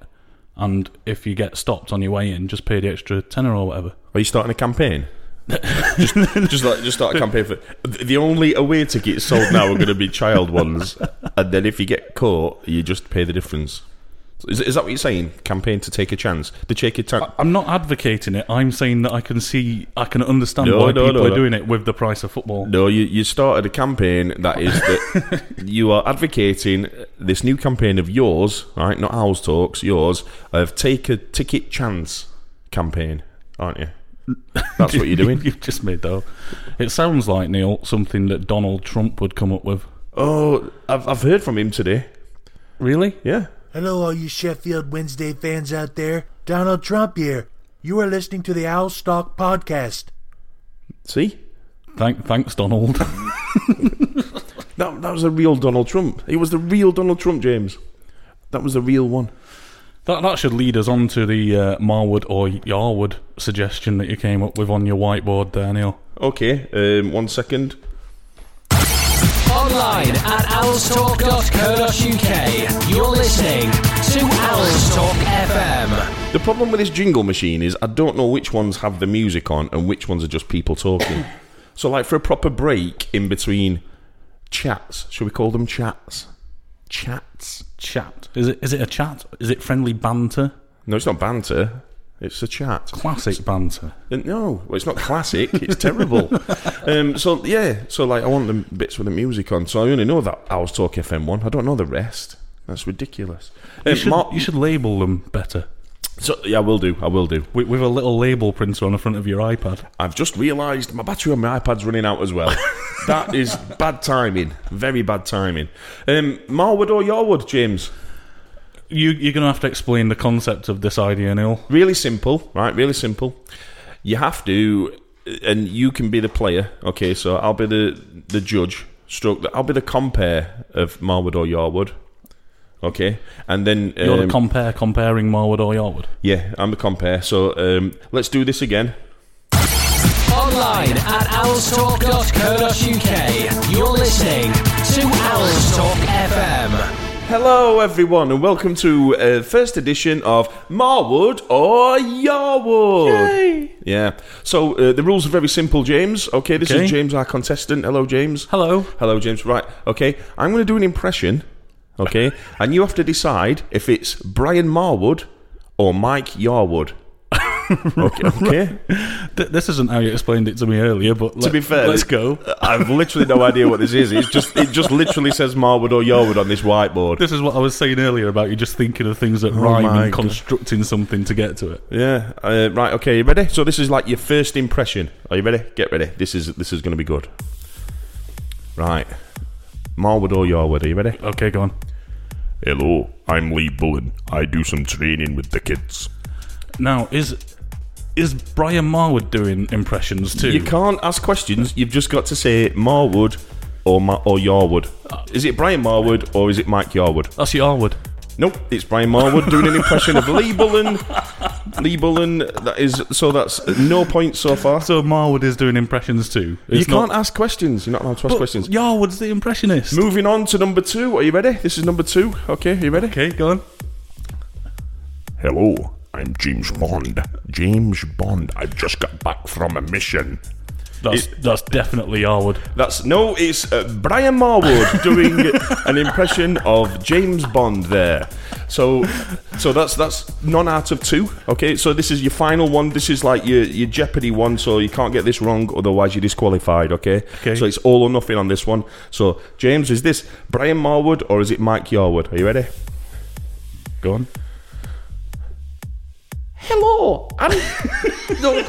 [SPEAKER 2] And if you get stopped on your way in, just pay the extra tenner or whatever.
[SPEAKER 1] Are you starting a campaign? just, just like just start a campaign for th- the only away tickets sold now are going to be child ones, and then if you get caught, you just pay the difference. So Is, is that what you're saying? Campaign to take a chance, to take a chance.
[SPEAKER 2] I'm not advocating it. I'm saying that I can see, I can understand
[SPEAKER 1] No,
[SPEAKER 2] why
[SPEAKER 1] no,
[SPEAKER 2] people
[SPEAKER 1] no,
[SPEAKER 2] are
[SPEAKER 1] no.
[SPEAKER 2] doing it with the price of football.
[SPEAKER 1] No, you, you started a campaign that is that you are advocating this new campaign of yours, right? Not Owls Talks, yours, of take a ticket chance campaign, aren't you? That's what you're doing.
[SPEAKER 2] (laughs) You've just made though. It sounds like Neil something that Donald Trump would come up with.
[SPEAKER 1] Oh, I've, I've heard from him today.
[SPEAKER 2] Really?
[SPEAKER 1] Yeah.
[SPEAKER 8] Hello, all you Sheffield Wednesday fans out there. Donald Trump here. You are listening to the Owl Stock Podcast.
[SPEAKER 1] See?
[SPEAKER 2] Thank, thanks, Donald. (laughs)
[SPEAKER 1] That, that was the real Donald Trump. It was the real Donald Trump, James. That was the real one.
[SPEAKER 2] that that should lead us on to the uh, Marwood or Yarwood suggestion that you came up with on your whiteboard, there, Neil.
[SPEAKER 1] Okay, um, one second.
[SPEAKER 5] Online at owlstalk.co.uk. You're listening to Owls Talk FM.
[SPEAKER 1] The problem with this jingle machine is I don't know which ones have the music on and which ones are just people (coughs) talking. so, like for a proper break in between chats, should we call them chats? Chats.
[SPEAKER 2] Chat. Is it is it a chat? Is it friendly banter?
[SPEAKER 1] No, it's not banter. It's a chat.
[SPEAKER 2] Classic banter.
[SPEAKER 1] And Uh, No, well, it's not classic. It's terrible. (laughs) um, so yeah, so like I want the bits with the music on. So I only know that I was Talk FM one. I don't know the rest. That's ridiculous. Um,
[SPEAKER 2] You should,
[SPEAKER 1] Mark-
[SPEAKER 2] you should label them better
[SPEAKER 1] so, yeah, I will do. I will do.
[SPEAKER 2] with, with a little label printer on the front of your iPad.
[SPEAKER 1] I've just realised my battery on my iPad's running out as (laughs) well. that is bad timing. Very bad timing. Um, Marwood or Yarwood, James?
[SPEAKER 2] You, you're going to have to explain the concept of this idea, Neil.
[SPEAKER 1] Really simple, right? Really simple. You have to, and you can be the player. Okay, so I'll be the the judge. Stroke. I'll be the compare of Marwood or Yarwood. Okay, and then
[SPEAKER 2] You're
[SPEAKER 1] um,
[SPEAKER 2] the compare comparing Marwood or Yarwood.
[SPEAKER 1] yeah, I'm the compare. So um, let's do this again.
[SPEAKER 5] Online at owlstalk.co.uk. You're listening to Owls Talk FM.
[SPEAKER 1] Hello, everyone, and welcome to uh, first edition of Marwood or Yarwood. Yeah. So uh, the rules are very simple, James. Okay, this
[SPEAKER 2] Okay.
[SPEAKER 1] is James, our contestant. Hello, James.
[SPEAKER 2] Hello.
[SPEAKER 1] Hello, James. Right. Okay, I'm going to do an impression. Okay, and you have to decide if it's Brian Marwood or Mike
[SPEAKER 2] (laughs)
[SPEAKER 1] Yarwood. Okay. okay.
[SPEAKER 2] Th- this isn't how you explained it to me earlier, but
[SPEAKER 1] to be fair, uh,
[SPEAKER 2] let's go.
[SPEAKER 1] I've literally no idea what this is. It's just it just literally says Marwood or Yarwood on this whiteboard.
[SPEAKER 2] This is what I was saying earlier about you just thinking of things that rhyme
[SPEAKER 1] oh my
[SPEAKER 2] and
[SPEAKER 1] God.
[SPEAKER 2] constructing something to get to it.
[SPEAKER 1] Yeah. Uh, right. Okay. You ready? So this is like your first impression. Are you ready? Get ready. This is this is going to be good. Right. Marwood or Yarwood? Are you ready?
[SPEAKER 2] Okay, go on.
[SPEAKER 1] Hello, I'm Lee Bullen. I do some training with the kids.
[SPEAKER 2] Now, is is Brian Marwood doing impressions too?
[SPEAKER 1] You can't ask questions. You've just got to say Marwood or Ma- or Yarwood. Is it Brian Marwood or is it Mike Yarwood?
[SPEAKER 2] That's Yarwood.
[SPEAKER 1] (laughs) Nope, it's Brian Marwood doing an impression of Lee Bullen Lee Bullen, that is so that's no points so far.
[SPEAKER 2] So Marwood is doing impressions too.
[SPEAKER 1] you
[SPEAKER 2] It's not-
[SPEAKER 1] can't ask questions. You're not allowed to ask
[SPEAKER 2] But
[SPEAKER 1] questions.
[SPEAKER 2] Yarwood's the impressionist.
[SPEAKER 1] Moving on to number two. Are you ready? This is number two. Okay, are you ready?
[SPEAKER 2] Okay, go on.
[SPEAKER 9] Hello, I'm James Bond. James Bond, I've just got back from a mission.
[SPEAKER 2] That's that's definitely Yarwood.
[SPEAKER 1] That's no. It's uh, Brian
[SPEAKER 9] (laughs)
[SPEAKER 1] Marwood doing an impression of James Bond there. So, so that's that's non out of two. Okay, so this is your final one. This is like your your Jeopardy one. So you can't get this wrong, otherwise you're disqualified. Okay.
[SPEAKER 2] Okay.
[SPEAKER 1] So it's all or nothing on this one. So James, is this Brian Marwood or is it Mike Yarwood? Are you ready?
[SPEAKER 2] Go on.
[SPEAKER 1] Hello, I'm. no.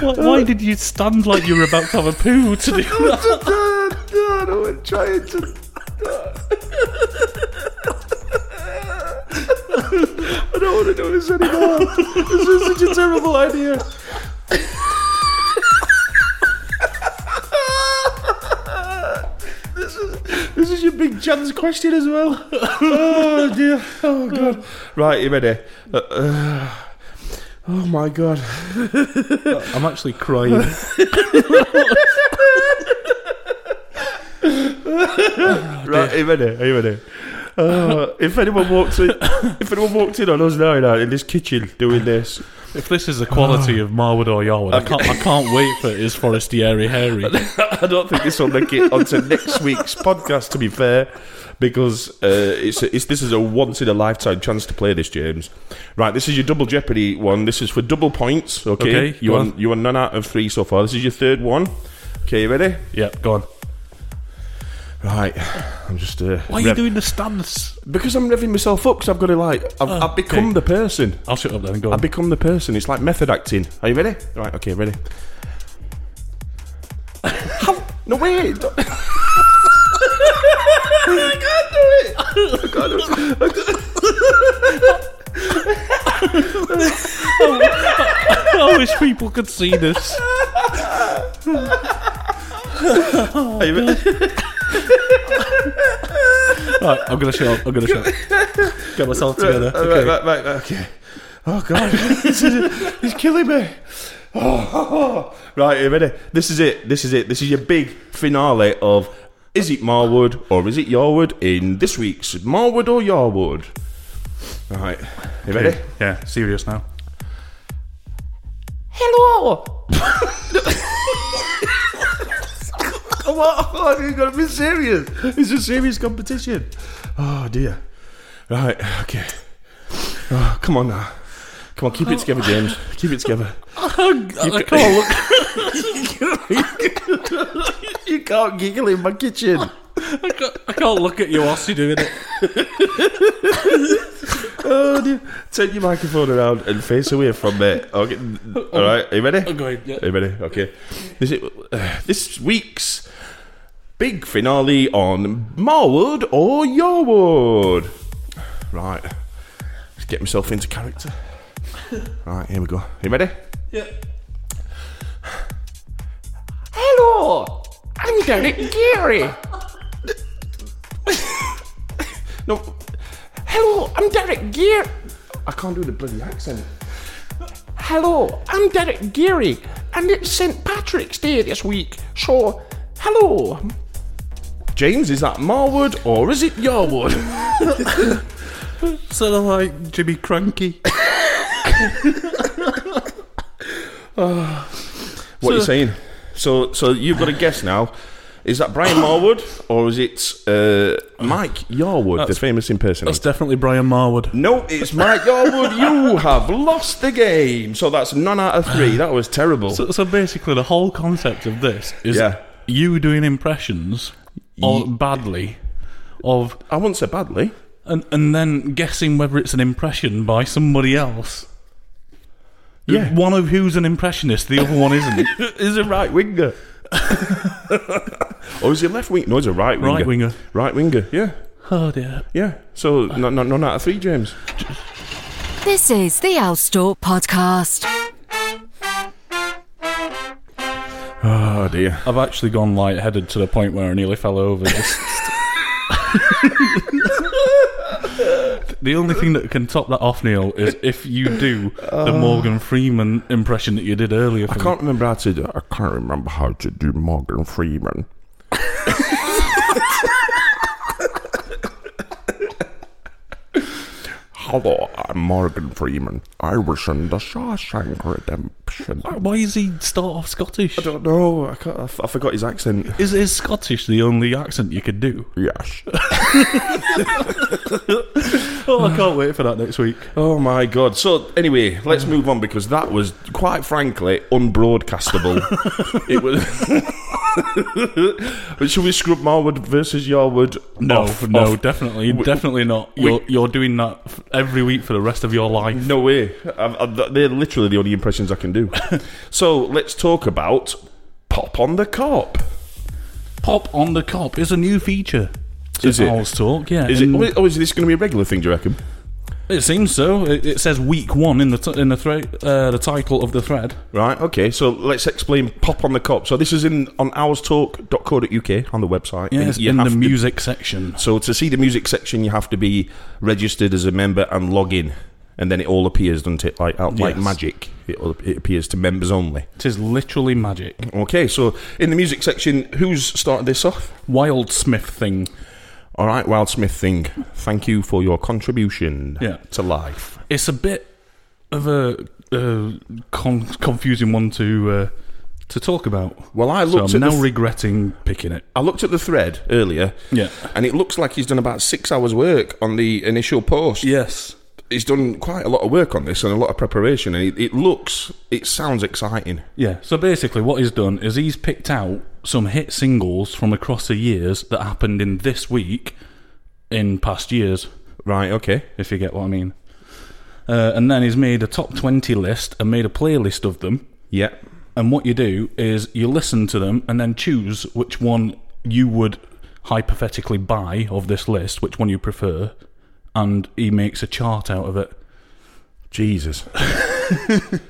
[SPEAKER 2] Why, why did you stand like you were about to have a poo to do that?
[SPEAKER 1] I'm trying to. I don't want to do this anymore. This is such a terrible idea. this is this is your big chance question as well. Oh dear. Oh god. Right, you ready? Uh, uh, oh my god.
[SPEAKER 2] I'm actually crying.
[SPEAKER 1] Right, are you ready? Are you ready? Uh, if anyone walked (coughs) in, if anyone walked in on us now, now in this kitchen doing this,
[SPEAKER 2] (laughs) if this is the quality of Marwood or Yarwood, (laughs) I can't, I can't wait for it is Forestieri (laughs) Hairy.
[SPEAKER 1] I don't think this will make it onto next week's podcast. To be fair, because uh, it's, it's this is a once in a lifetime chance to play this, James. Right, this is your double Jeopardy one. This is for double points. Okay,
[SPEAKER 2] Okay,
[SPEAKER 1] you
[SPEAKER 2] go
[SPEAKER 1] are
[SPEAKER 2] on.
[SPEAKER 1] you are none out of three so far. This is your third one. Okay, you ready?
[SPEAKER 2] Yep, go on.
[SPEAKER 1] Right, (sighs) I'm just. Uh,
[SPEAKER 2] Why are you
[SPEAKER 1] rev-
[SPEAKER 2] doing the stance?
[SPEAKER 1] Because I'm revving myself up. Because I've got to like, I've, I've become
[SPEAKER 2] okay.
[SPEAKER 1] the person.
[SPEAKER 2] I'll shut up then and go
[SPEAKER 1] I
[SPEAKER 2] on.
[SPEAKER 1] become the person. It's like method acting. Are you ready? Right. Okay. Ready. How- no (laughs) wait. don't- I can't do it. I can't do it. I can't-
[SPEAKER 2] I wish Oh, people could see (laughs) this. Oh,
[SPEAKER 1] Are you ready?
[SPEAKER 2] (laughs) Right, I'm gonna shut up. I'm gonna shut up. Get myself together.
[SPEAKER 1] Right,
[SPEAKER 2] Okay.
[SPEAKER 1] right, right, right, okay. Oh god, (laughs) this is, it's killing me. Oh, oh, oh. (laughs) Right, you ready? This is it. This is it. This is your big finale of is it Marwood or is it Yarwood in this week's Marwood or Yarwood? Right, you ready?
[SPEAKER 2] Yeah, serious now.
[SPEAKER 1] Hello.
[SPEAKER 2] (laughs)
[SPEAKER 1] what? Oh, you gotta be serious. It's a serious competition. Oh dear. Right. Okay. Oh, come on now. Come on, keep it together, James. Keep it
[SPEAKER 2] (laughs)
[SPEAKER 1] together.
[SPEAKER 2] I can't
[SPEAKER 1] (laughs) You can't giggle in my kitchen.
[SPEAKER 2] look. I can't look at you whilst you're doing it.
[SPEAKER 1] (laughs) Oh dear. Turn your microphone around and face away from me. Okay. All right. Are you ready?
[SPEAKER 2] I'm going. Yeah.
[SPEAKER 1] Are you ready? Okay. This, is, uh, this week's big finale on Marwood or Yarwood. Right. Let's get myself into character. Right, here we go. You ready?
[SPEAKER 2] yeah.
[SPEAKER 1] Hello! I'm Derek Geary. no. Hello, I'm Derek Gear. I can't do the bloody accent. Hello, I'm Derek Geary, and it's St. Patrick's Day this week. So, hello. James, is that Marwood or is it (laughs) Yarwood?
[SPEAKER 2] Sort of like Jimmy Cranky.
[SPEAKER 1] What are you saying? So, so you've got a guess now. Is that Brian Marwood or is it uh, Mike Yarwood, the famous impersonator?
[SPEAKER 2] That's definitely Brian Marwood.
[SPEAKER 1] No, it's Mike Yarwood. You have lost the game. So that's none out of three. That was terrible.
[SPEAKER 2] So, so basically, the whole concept of this is
[SPEAKER 1] Yeah.
[SPEAKER 2] you doing impressions or badly of,
[SPEAKER 1] I wouldn't say badly.
[SPEAKER 2] and and then guessing whether it's an impression by somebody else.
[SPEAKER 1] Yeah.
[SPEAKER 2] One of who's an impressionist, the other one isn't. (laughs)
[SPEAKER 1] He's a right winger. (laughs) or is he a left wing? No, he's a right winger.
[SPEAKER 2] Right winger.
[SPEAKER 1] Right winger, yeah.
[SPEAKER 2] Oh dear.
[SPEAKER 1] Yeah. So no, no, none out of three, James.
[SPEAKER 7] This is the Owl Store Podcast.
[SPEAKER 1] Oh dear.
[SPEAKER 2] I've actually gone lightheaded to the point where I nearly fell over. Just- (laughs) the only thing that can top that off, Neil, is if you do the Morgan Freeman impression that you did earlier. For
[SPEAKER 9] I
[SPEAKER 2] me.
[SPEAKER 9] can't remember how to do. I can't remember how to do Morgan Freeman. Hello, I'm Morgan Freeman. I was in the Shawshank Redemption.
[SPEAKER 2] Why is he start off Scottish?
[SPEAKER 1] I don't know. I, can't, I, f- I forgot his accent.
[SPEAKER 2] Is, is Scottish the only accent you could do?
[SPEAKER 9] Yes.
[SPEAKER 2] Oh, I can't wait for that next week.
[SPEAKER 1] Oh my god. So anyway, let's move on because that was quite frankly
[SPEAKER 2] (laughs)
[SPEAKER 1] unbroadcastable. it was (laughs) But should we scrub Marwood versus Yarwood?
[SPEAKER 2] No,
[SPEAKER 1] off,
[SPEAKER 2] no,
[SPEAKER 1] off?
[SPEAKER 2] definitely, definitely not. You're, you're doing that f- every week for the rest of your life.
[SPEAKER 1] No way. I've, I've, th- they're literally the only impressions I can
[SPEAKER 2] (laughs)
[SPEAKER 1] do. so let's talk about Pop on the Cop.
[SPEAKER 2] Pop on the cop is a new feature. to
[SPEAKER 1] Is it?
[SPEAKER 2] Owl's talk, yeah.
[SPEAKER 1] Is it?
[SPEAKER 2] and-
[SPEAKER 1] Oh, is- oh, is this going to be a regular thing? Do you reckon?
[SPEAKER 2] It seems so. It, it says week one in the t- in the thread, uh, the title of the thread.
[SPEAKER 1] Right. Okay. So let's explain Pop on the Cop. So this is in on ourstalk.co.uk on the website.
[SPEAKER 2] Yeah,
[SPEAKER 1] and
[SPEAKER 2] it's
[SPEAKER 1] you
[SPEAKER 2] in the
[SPEAKER 1] have to-
[SPEAKER 2] music section.
[SPEAKER 1] So to see the music section, you have to be registered as a member and log in, and then it all appears, doesn't it? Like out, like
[SPEAKER 2] Yes.
[SPEAKER 1] magic, it, all- it appears to members only.
[SPEAKER 2] It is literally magic.
[SPEAKER 1] Okay, so in the music section, who's started this off?
[SPEAKER 2] Wild Smith thing.
[SPEAKER 1] All right, Wild Smith thing. Thank you for your contribution
[SPEAKER 2] Yeah.
[SPEAKER 1] to life.
[SPEAKER 2] It's a bit of a uh, con- confusing one to uh, to talk about.
[SPEAKER 1] Well, I
[SPEAKER 2] so
[SPEAKER 1] looked
[SPEAKER 2] I'm
[SPEAKER 1] at
[SPEAKER 2] now
[SPEAKER 1] the th-
[SPEAKER 2] regretting picking it.
[SPEAKER 1] I looked at the thread earlier,
[SPEAKER 2] Yeah.
[SPEAKER 1] and it looks like he's done about six hours work on the initial post.
[SPEAKER 2] Yes.
[SPEAKER 1] he's done quite a lot of work on this and a lot of preparation, and it, it looks, it sounds exciting.
[SPEAKER 2] Yeah. So basically, what he's done is he's picked out some hit singles from across the years that happened in this week, in past years.
[SPEAKER 1] Right. Okay.
[SPEAKER 2] if you get what I mean. Uh, and then he's made a top 20 list and made a playlist of them.
[SPEAKER 1] Yeah.
[SPEAKER 2] And what you do is you listen to them and then choose which one you would hypothetically buy of this list, which one you prefer. And he makes a chart out of it.
[SPEAKER 1] Jesus.
[SPEAKER 2] (laughs)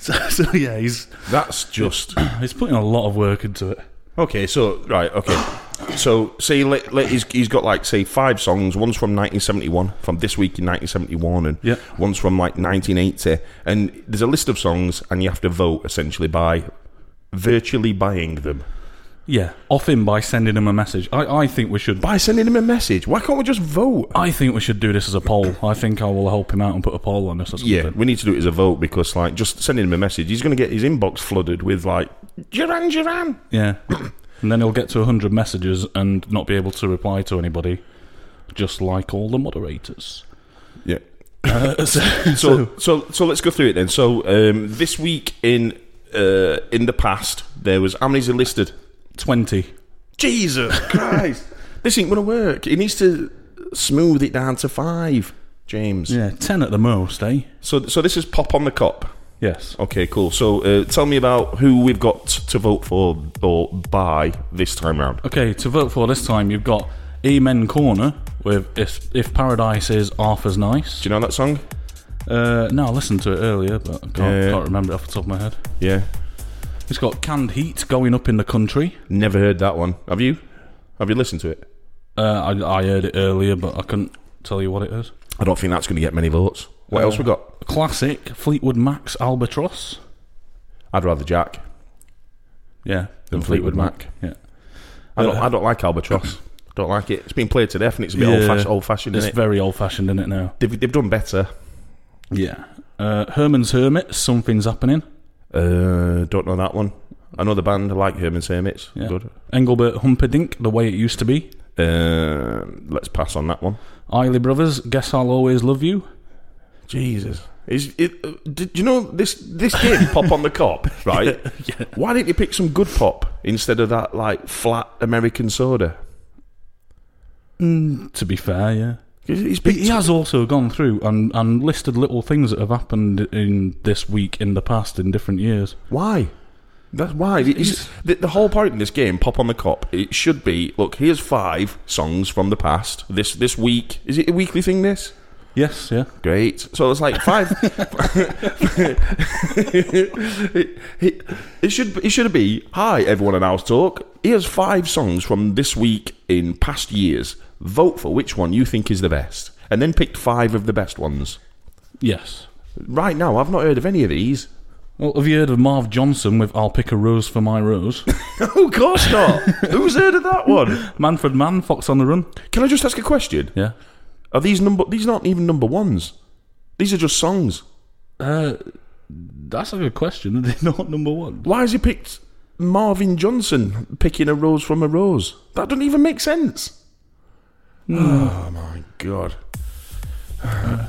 [SPEAKER 2] So, so yeah, he's
[SPEAKER 1] That's just
[SPEAKER 2] he's putting a lot of work into it.
[SPEAKER 1] okay. So right, okay. So say let, let, he's, he's got like say five songs. One's from 1971, from this week in 1971, and
[SPEAKER 2] Yeah.
[SPEAKER 1] one's from like 1980. And there's a list of songs, and you have to vote essentially by virtually buying them
[SPEAKER 2] Yeah, off him by sending him a message. I, I think we should.
[SPEAKER 1] by sending him a message. Why can't we just vote?
[SPEAKER 2] I think we should do this as a poll. I think I will help him out and put a poll on this or something.
[SPEAKER 1] Yeah, we need to do it as a vote because like just sending him a message, he's going to get his inbox flooded with like Duran Duran.
[SPEAKER 2] Yeah. and then he'll get to 100 messages and not be able to reply to anybody, just like all the moderators.
[SPEAKER 1] Yeah.
[SPEAKER 2] Uh, (laughs) so,
[SPEAKER 1] (laughs) so so so let's go through it then. So um, this week in uh, in the past, there was how many's enlisted?
[SPEAKER 2] 20.
[SPEAKER 1] (laughs) Jesus Christ, this ain't gonna work. It needs to smooth it down to five, James.
[SPEAKER 2] Yeah, 10 at the most, eh?
[SPEAKER 1] So so this is pop on the cop.
[SPEAKER 2] Yes.
[SPEAKER 1] Okay, cool. So uh, tell me about who we've got to vote for or buy this time round.
[SPEAKER 2] Okay, to vote for this time, you've got Amen Corner with If, if Paradise is Arthur's Nice.
[SPEAKER 1] Do you know that song?
[SPEAKER 2] Uh, no, I listened to it earlier, but I can't,
[SPEAKER 1] Yeah.
[SPEAKER 2] can't remember it off the top of my head.
[SPEAKER 1] Yeah,
[SPEAKER 2] It's got Canned Heat going up in the country.
[SPEAKER 1] never heard that one. Have you? Have you listened to it?
[SPEAKER 2] Uh, I, I heard it earlier, but I couldn't tell you what it is.
[SPEAKER 1] I don't think that's going to get many votes. Uh, What else we got?
[SPEAKER 2] Classic Fleetwood Mac's Albatross.
[SPEAKER 1] I'd rather Jack.
[SPEAKER 2] Yeah.
[SPEAKER 1] than Fleetwood Mac.
[SPEAKER 2] Yeah.
[SPEAKER 1] I don't, I don't like albatross. (clears throat) don't like it. It's been played to death, and it's a bit old, fas- old fashioned.
[SPEAKER 2] It's
[SPEAKER 1] Isn't it?
[SPEAKER 2] very old fashioned, isn't it now?
[SPEAKER 1] they've, they've done better.
[SPEAKER 2] Yeah. Uh, Herman's Hermit, something's happening.
[SPEAKER 1] Uh, don't know that one. I know the band. I like Herman's Hermits.
[SPEAKER 2] Yeah.
[SPEAKER 1] Good.
[SPEAKER 2] Engelbert Humperdinck, the way it used to be.
[SPEAKER 1] Uh, let's pass on that one.
[SPEAKER 2] Eiley Brothers, guess I'll always love you.
[SPEAKER 1] Jesus. Is it? uh, Did you know this? This game, pop on the cop, right? Why didn't you pick some good pop instead of that like flat American soda?
[SPEAKER 2] To be fair, yeah.
[SPEAKER 1] He's he's
[SPEAKER 2] But
[SPEAKER 1] picked.
[SPEAKER 2] he has also gone through and, and listed little things that have happened in this week, in the past, in different years.
[SPEAKER 1] Why? That's why. It's, the, the whole point in this game, Pop on the Cop, it should be look, here's five songs from the past. This this week. Is it a weekly thing, this?
[SPEAKER 2] Yes, yeah.
[SPEAKER 1] Great. So it's like (laughs) five. it, it- it should it should be hi everyone in House Talk. Here's five songs from this week in past years. Vote for which one you think is the best, and then pick five of the best ones.
[SPEAKER 2] Yes.
[SPEAKER 1] Right now, I've not heard of any of these.
[SPEAKER 2] Well, have you heard of Marv Johnson with I'll Pick a Rose for My (laughs) Rose?
[SPEAKER 1] Oh, of course not. (laughs) Who's heard of that one?
[SPEAKER 2] Manfred Mann, Fox on the Run?
[SPEAKER 1] Can I just ask a question?
[SPEAKER 2] Yeah.
[SPEAKER 1] Are these number? These aren't even number ones. These are just songs.
[SPEAKER 2] Uh, that's a good question. (laughs) They're not number one.
[SPEAKER 1] Why has he picked Marvin Johnson picking a rose from a rose? That doesn't even make sense.
[SPEAKER 2] Hmm.
[SPEAKER 1] (sighs) Oh my god. (sighs)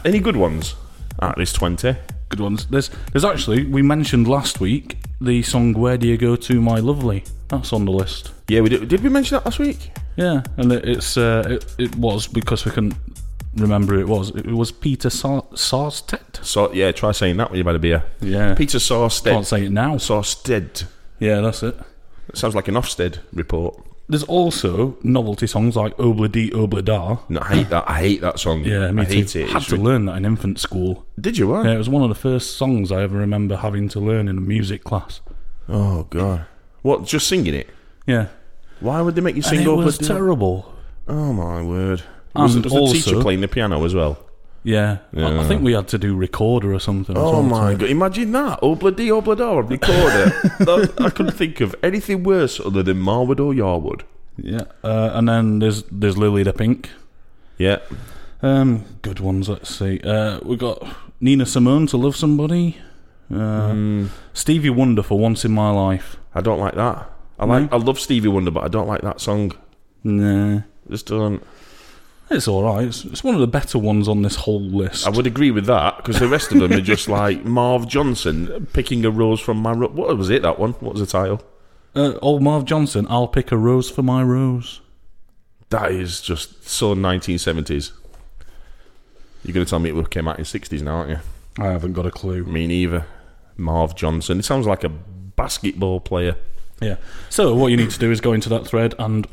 [SPEAKER 1] Any good ones? At least 20.
[SPEAKER 2] Good ones. There's, there's actually, we mentioned last week the song Where Do You Go To My Lovely. That's on the list.
[SPEAKER 1] Yeah, we did. Did we mention that last week?
[SPEAKER 2] Yeah, and it, it's uh, it, it was because we couldn't remember who it was. It was Peter Sa- Sarsted.
[SPEAKER 1] So yeah, try saying that when you've had a beer.
[SPEAKER 2] Yeah.
[SPEAKER 1] Peter
[SPEAKER 2] Can't
[SPEAKER 1] Sawstead.
[SPEAKER 2] say it now.
[SPEAKER 1] Sawstead.
[SPEAKER 2] Yeah, that's it.
[SPEAKER 1] That sounds like an Ofsted report.
[SPEAKER 2] There's also novelty songs like Obla Dee Obla Da.
[SPEAKER 1] No, I hate that. I hate that song.
[SPEAKER 2] Yeah, me
[SPEAKER 1] I
[SPEAKER 2] too.
[SPEAKER 1] hate it.
[SPEAKER 2] Had
[SPEAKER 1] It's
[SPEAKER 2] to
[SPEAKER 1] ri-
[SPEAKER 2] learn that in infant school.
[SPEAKER 1] Did you? What?
[SPEAKER 2] Yeah, it was one of the first songs I ever remember having to learn in a music class.
[SPEAKER 1] Oh god. What? Just singing it?
[SPEAKER 2] Yeah,
[SPEAKER 1] Why would they make you
[SPEAKER 2] and
[SPEAKER 1] sing
[SPEAKER 2] it
[SPEAKER 1] over?
[SPEAKER 2] was
[SPEAKER 1] the-
[SPEAKER 2] terrible.
[SPEAKER 1] oh my word.
[SPEAKER 2] And
[SPEAKER 1] was, was the teacher
[SPEAKER 2] also-
[SPEAKER 1] playing the piano as well?
[SPEAKER 2] Yeah, I- I,
[SPEAKER 1] Yeah.
[SPEAKER 2] think we had to do recorder or something. as
[SPEAKER 1] Oh
[SPEAKER 2] well.
[SPEAKER 1] my god! Imagine that. Obladi oblada recorder. That- I couldn't think of anything worse other than Marwood or Yarwood.
[SPEAKER 2] Yeah, uh, and then there's there's Lily the Pink.
[SPEAKER 1] Yeah.
[SPEAKER 2] Um, good ones. Let's see. Uh, we got Nina Simone to love somebody. Uh,
[SPEAKER 1] Hmm.
[SPEAKER 2] Stevie Wonder for once in my life.
[SPEAKER 1] I don't like that. I like. I love Stevie Wonder, but I don't like that song.
[SPEAKER 2] Nah,
[SPEAKER 1] Just um, don't.
[SPEAKER 2] it's all right. It's, it's one of the better ones on this whole list.
[SPEAKER 1] I would agree with that because the rest of them are just like Marv Johnson picking a rose from my. Ro- what was it? That one. What was the title?
[SPEAKER 2] uh, old Marv Johnson. I'll pick a rose for my rose.
[SPEAKER 1] That is just so 1970s. You're going to tell me it came out in 60s now, aren't you?
[SPEAKER 2] I haven't got a clue.
[SPEAKER 1] Me neither. Marv Johnson. It sounds like a basketball player.
[SPEAKER 2] Yeah. So what you need to do is go into that thread and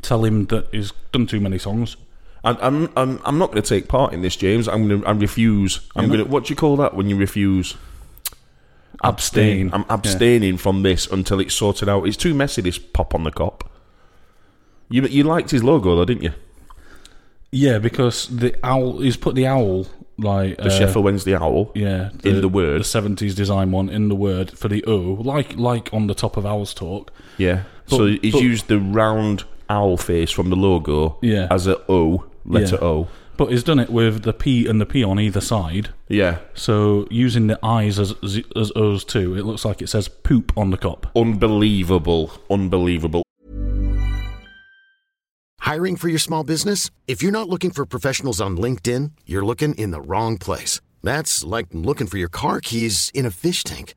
[SPEAKER 2] tell him that he's done too many songs.
[SPEAKER 1] I'm, I'm, I'm, I'm not going to take part in this, James. I'm going to, I refuse. I'm going to, what do you call that when you refuse?
[SPEAKER 2] Abstain.
[SPEAKER 1] I'm abstaining from this until it's sorted out. It's too messy, this pop on the cop. You, you liked his logo, though, didn't you?
[SPEAKER 2] Yeah, because the owl. He's put the owl like uh,
[SPEAKER 1] The Sheffield Wednesday Owl.
[SPEAKER 2] Yeah,
[SPEAKER 1] In the word.
[SPEAKER 2] the seventies design one in the word for the O, like like on the top of Owl's talk.
[SPEAKER 1] Yeah. so he's
[SPEAKER 2] but-
[SPEAKER 1] used the round owl face from the logo
[SPEAKER 2] Yeah.
[SPEAKER 1] as a O, letter
[SPEAKER 2] Yeah.
[SPEAKER 1] O.
[SPEAKER 2] But he's done it with the P and the P on either side.
[SPEAKER 1] Yeah.
[SPEAKER 2] So using the eyes as as, as O's too, it looks like it says poop on the cop.
[SPEAKER 1] Unbelievable. Unbelievable.
[SPEAKER 10] Hiring for your small business? If you're not looking for professionals on LinkedIn, you're looking in the wrong place. That's like looking for your car keys in a fish tank.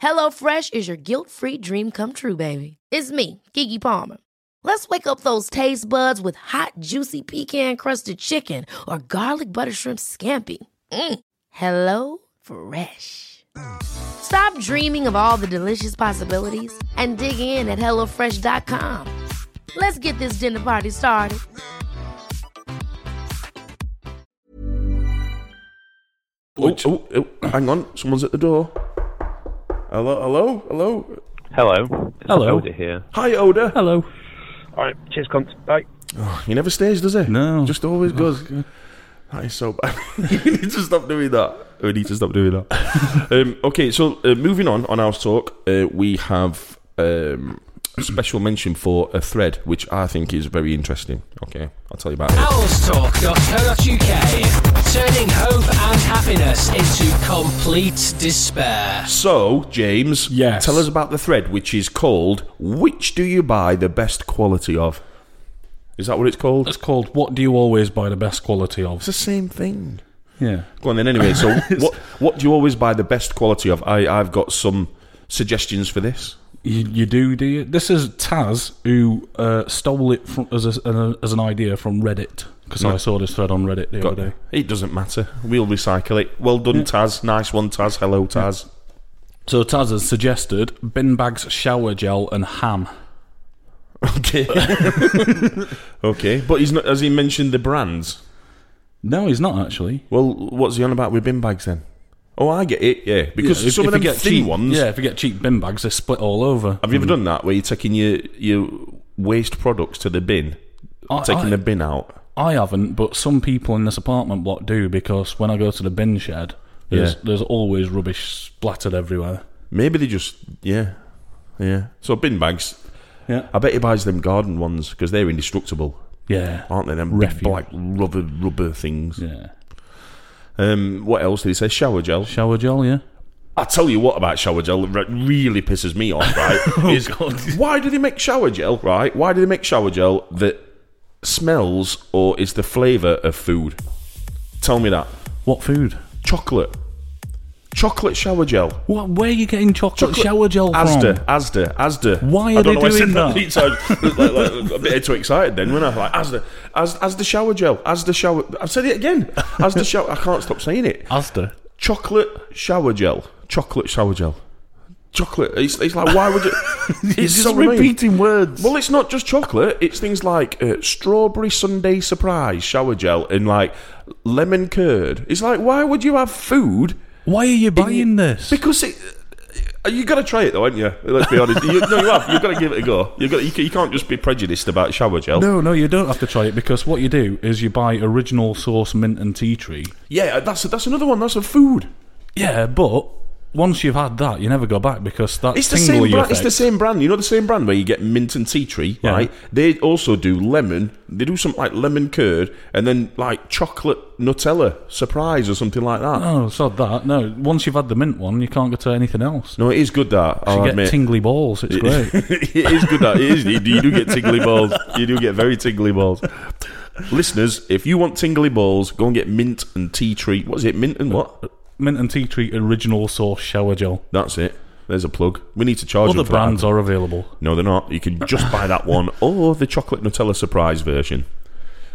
[SPEAKER 11] HelloFresh is your guilt free dream come true, baby. It's me, Gigi Palmer. Let's wake up those taste buds with hot, juicy pecan crusted chicken or garlic butter shrimp scampi. Mm. Hello Fresh. Stop dreaming of all the delicious possibilities and dig in at HelloFresh.com. Let's get this dinner party started.
[SPEAKER 1] Oh, oh, oh, hang on, someone's at the door. Hello, hello, hello.
[SPEAKER 12] Hello. It's
[SPEAKER 2] Hello.
[SPEAKER 12] Oda here.
[SPEAKER 1] Hi, Oda.
[SPEAKER 2] Hello.
[SPEAKER 12] All right. Cheers, cunt. Bye.
[SPEAKER 1] He never stays, does he?
[SPEAKER 2] No.
[SPEAKER 1] Just always goes. That is so bad. (laughs) you need to stop doing that. (laughs) We need to stop doing that. (laughs) um, okay, so uh, moving on on House Talk, uh, we have um, a special mention for a thread, which I think is very interesting. Okay, I'll tell you about it.
[SPEAKER 5] Owlstalk.co.uk. Turning hope and happiness into complete despair.
[SPEAKER 1] So, James,
[SPEAKER 2] Yes.
[SPEAKER 1] tell us about the thread, which is called Which Do You Buy the Best Quality of? Is that what it's called?
[SPEAKER 2] That's called "What do you always buy the best quality of?"
[SPEAKER 1] It's the same thing.
[SPEAKER 2] Yeah.
[SPEAKER 1] Go on then. Anyway,
[SPEAKER 2] (laughs)
[SPEAKER 1] so what what do you always buy the best quality of? I I've got some suggestions for this.
[SPEAKER 2] You, you do, do you? This is Taz who uh, stole it from, as, a, as an idea from Reddit because I
[SPEAKER 1] Right.
[SPEAKER 2] saw this thread on Reddit the
[SPEAKER 1] Got-
[SPEAKER 2] other day.
[SPEAKER 1] It doesn't matter. We'll recycle it. Well done, Taz. Nice one, Taz. Hello, Taz.
[SPEAKER 2] So Taz has suggested bin bags, shower gel, and ham.
[SPEAKER 1] Okay. (laughs) okay, but he's not. Has he mentioned the brands?
[SPEAKER 2] No, he's not actually.
[SPEAKER 1] Well, what's he on about with bin bags then? Oh, I get it. Yeah, because
[SPEAKER 2] Yeah, if-
[SPEAKER 1] some of
[SPEAKER 2] if you
[SPEAKER 1] them
[SPEAKER 2] get
[SPEAKER 1] thin
[SPEAKER 2] cheap-
[SPEAKER 1] ones. Um,
[SPEAKER 2] Yeah, Mm. if you get cheap bin bags, they're split all over.
[SPEAKER 1] Have you ever done that where you're taking your your waste products to the bin,
[SPEAKER 2] I-
[SPEAKER 1] taking
[SPEAKER 2] I-
[SPEAKER 1] the bin out?
[SPEAKER 2] I haven't, but some people in this apartment block do because when I go to the bin shed, there's,
[SPEAKER 1] Yeah.
[SPEAKER 2] there's always rubbish splattered everywhere.
[SPEAKER 1] Maybe they just yeah, yeah. So bin bags.
[SPEAKER 2] Yeah.
[SPEAKER 1] I bet he buys them garden ones because they're indestructible.
[SPEAKER 2] Yeah.
[SPEAKER 1] aren't they? Them big
[SPEAKER 2] Refuse.
[SPEAKER 1] black rubber rubber things.
[SPEAKER 2] Yeah.
[SPEAKER 1] Um, what else did he say? Shower gel.
[SPEAKER 2] Shower
[SPEAKER 1] (laughs)
[SPEAKER 2] gel, yeah.
[SPEAKER 1] I tell you what about shower gel that re- really pisses me off,
[SPEAKER 2] (laughs)
[SPEAKER 1] right? is why do they make shower gel, right? Why do they make shower gel that smells or is the flavour of food? Tell me that.
[SPEAKER 2] What food?
[SPEAKER 1] Chocolate. Chocolate shower gel.
[SPEAKER 2] What? Where are you getting chocolate, shower gel
[SPEAKER 1] Asda,
[SPEAKER 2] from?
[SPEAKER 1] Asda, Asda.
[SPEAKER 2] Why
[SPEAKER 1] I
[SPEAKER 2] are
[SPEAKER 1] don't
[SPEAKER 2] they
[SPEAKER 1] know why I said
[SPEAKER 2] doing
[SPEAKER 1] (laughs)
[SPEAKER 2] that?
[SPEAKER 1] three times. Look like- like a bit too excited then, when I? Like Asda, as Asda shower gel, Asda shower. I've said it again. Asda shower. I can't stop saying it.
[SPEAKER 2] Asda.
[SPEAKER 1] Chocolate shower gel. Chocolate shower gel. Chocolate. It's, it's like why
[SPEAKER 2] (laughs)
[SPEAKER 1] would you? It's
[SPEAKER 2] just
[SPEAKER 1] so annoying.
[SPEAKER 2] repeating words.
[SPEAKER 1] Well, it's not just chocolate. It's things like uh, strawberry Sunday surprise shower gel and like lemon curd. It's like why would you have food?
[SPEAKER 2] Why are you buying this?
[SPEAKER 1] Because it. uh, You got to try it though, haven't you? Let's be honest. You, no, you have. You've got to give it a go. You've got. You, ca- you can't just be prejudiced about shower gel.
[SPEAKER 2] No, no, you don't have to try it because what you do is you buy original source mint and tea tree.
[SPEAKER 1] Yeah, uh, that's that's another one. That's a food.
[SPEAKER 2] Yeah, but once you've had that, you never go back because that
[SPEAKER 1] It's the
[SPEAKER 2] tingle
[SPEAKER 1] same.
[SPEAKER 2] you
[SPEAKER 1] Brand, it's the
[SPEAKER 2] affect-
[SPEAKER 1] same brand. You know the same brand where you get mint and tea tree,
[SPEAKER 2] Yeah.
[SPEAKER 1] right? They also do lemon. They do something like lemon curd and then like chocolate Nutella surprise or something like that.
[SPEAKER 2] No, it's not Oh, that. No, once you've had the mint one, you can't go to anything else.
[SPEAKER 1] No, it is good that.
[SPEAKER 2] you
[SPEAKER 1] I'll
[SPEAKER 2] get
[SPEAKER 1] admit.
[SPEAKER 2] tingly balls. It's great.
[SPEAKER 1] (laughs) it is good that it is. You do, you do get tingly balls. You do get very tingly balls. Listeners, if you want tingly balls, go and get mint and tea tree. What is it? Mint and what?
[SPEAKER 2] mint and tea tree original source shower gel.
[SPEAKER 1] That's it. There's a plug. We need to charge them
[SPEAKER 2] Other
[SPEAKER 1] for that.
[SPEAKER 2] brands are available.
[SPEAKER 1] No, they're not. You can just buy that
[SPEAKER 2] (laughs)
[SPEAKER 1] one or the chocolate Nutella surprise version.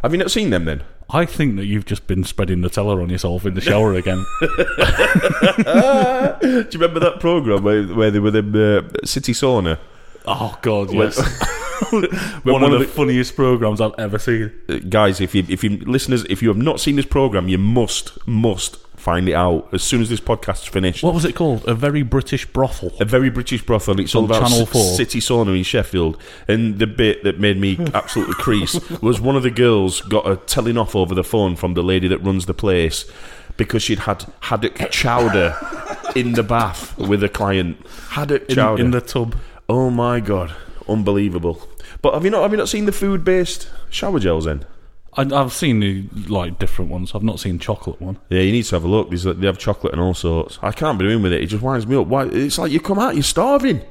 [SPEAKER 1] Have you not seen them then?
[SPEAKER 2] I think that you've just been spreading Nutella on yourself in the
[SPEAKER 1] (laughs)
[SPEAKER 2] shower again.
[SPEAKER 1] Do you remember that program where, where they were in uh, city sauna?
[SPEAKER 2] oh God,
[SPEAKER 1] When-
[SPEAKER 2] yes.
[SPEAKER 1] (laughs) when
[SPEAKER 2] one, of the, funniest programs I've ever seen.
[SPEAKER 1] Uh, guys, if you if you listeners, if you have not seen this program, you must must find it out as soon as this podcast's finished.
[SPEAKER 2] What was it called? A very British brothel.
[SPEAKER 1] A very British brothel. It's all
[SPEAKER 2] On
[SPEAKER 1] about
[SPEAKER 2] Channel
[SPEAKER 1] c-
[SPEAKER 2] 4.
[SPEAKER 1] City Sauna in Sheffield. And the bit that made me (laughs) absolutely crease was one of the girls got a telling off over the phone from the lady that runs the place because she'd had haddock chowder in the bath with a client. Haddock
[SPEAKER 2] In,
[SPEAKER 1] chowder
[SPEAKER 2] in the tub.
[SPEAKER 1] Oh my god, unbelievable! But have you not have you not seen the food based shower gels then?
[SPEAKER 2] I, I've seen the like different ones. I've not seen chocolate one.
[SPEAKER 1] Yeah, you need to have a look. There's, they have chocolate and all sorts. I can't be doing with it. It just winds me up. Why? It's like you come out, you're starving.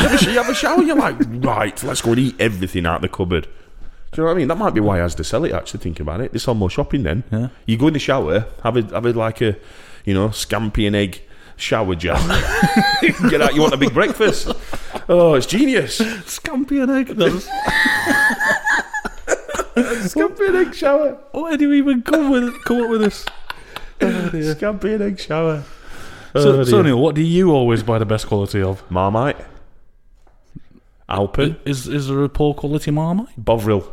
[SPEAKER 1] You have a, sh- you have a shower, you're like, right, let's go and eat everything out of the cupboard. Do you know what I mean? That might be why Asda sell it. Actually, thinking about it, they sell more shopping then.
[SPEAKER 2] Yeah.
[SPEAKER 1] You go in the shower, have a have a like a, you know, scampi and egg shower gel. (laughs) Get out. You want a big breakfast? Oh, it's genius.
[SPEAKER 2] Scampi and egg. (laughs) That's,
[SPEAKER 1] Scampi and egg shower.
[SPEAKER 2] where do you even come with come up with (sighs) this?
[SPEAKER 1] Scampi and egg shower.
[SPEAKER 2] So,
[SPEAKER 1] Oh,
[SPEAKER 2] Oh, so
[SPEAKER 1] dear.
[SPEAKER 2] Neil, what do you always buy the best quality of?
[SPEAKER 1] Marmite. Alpen.
[SPEAKER 2] Is is there a poor quality marmite?
[SPEAKER 1] Bovril.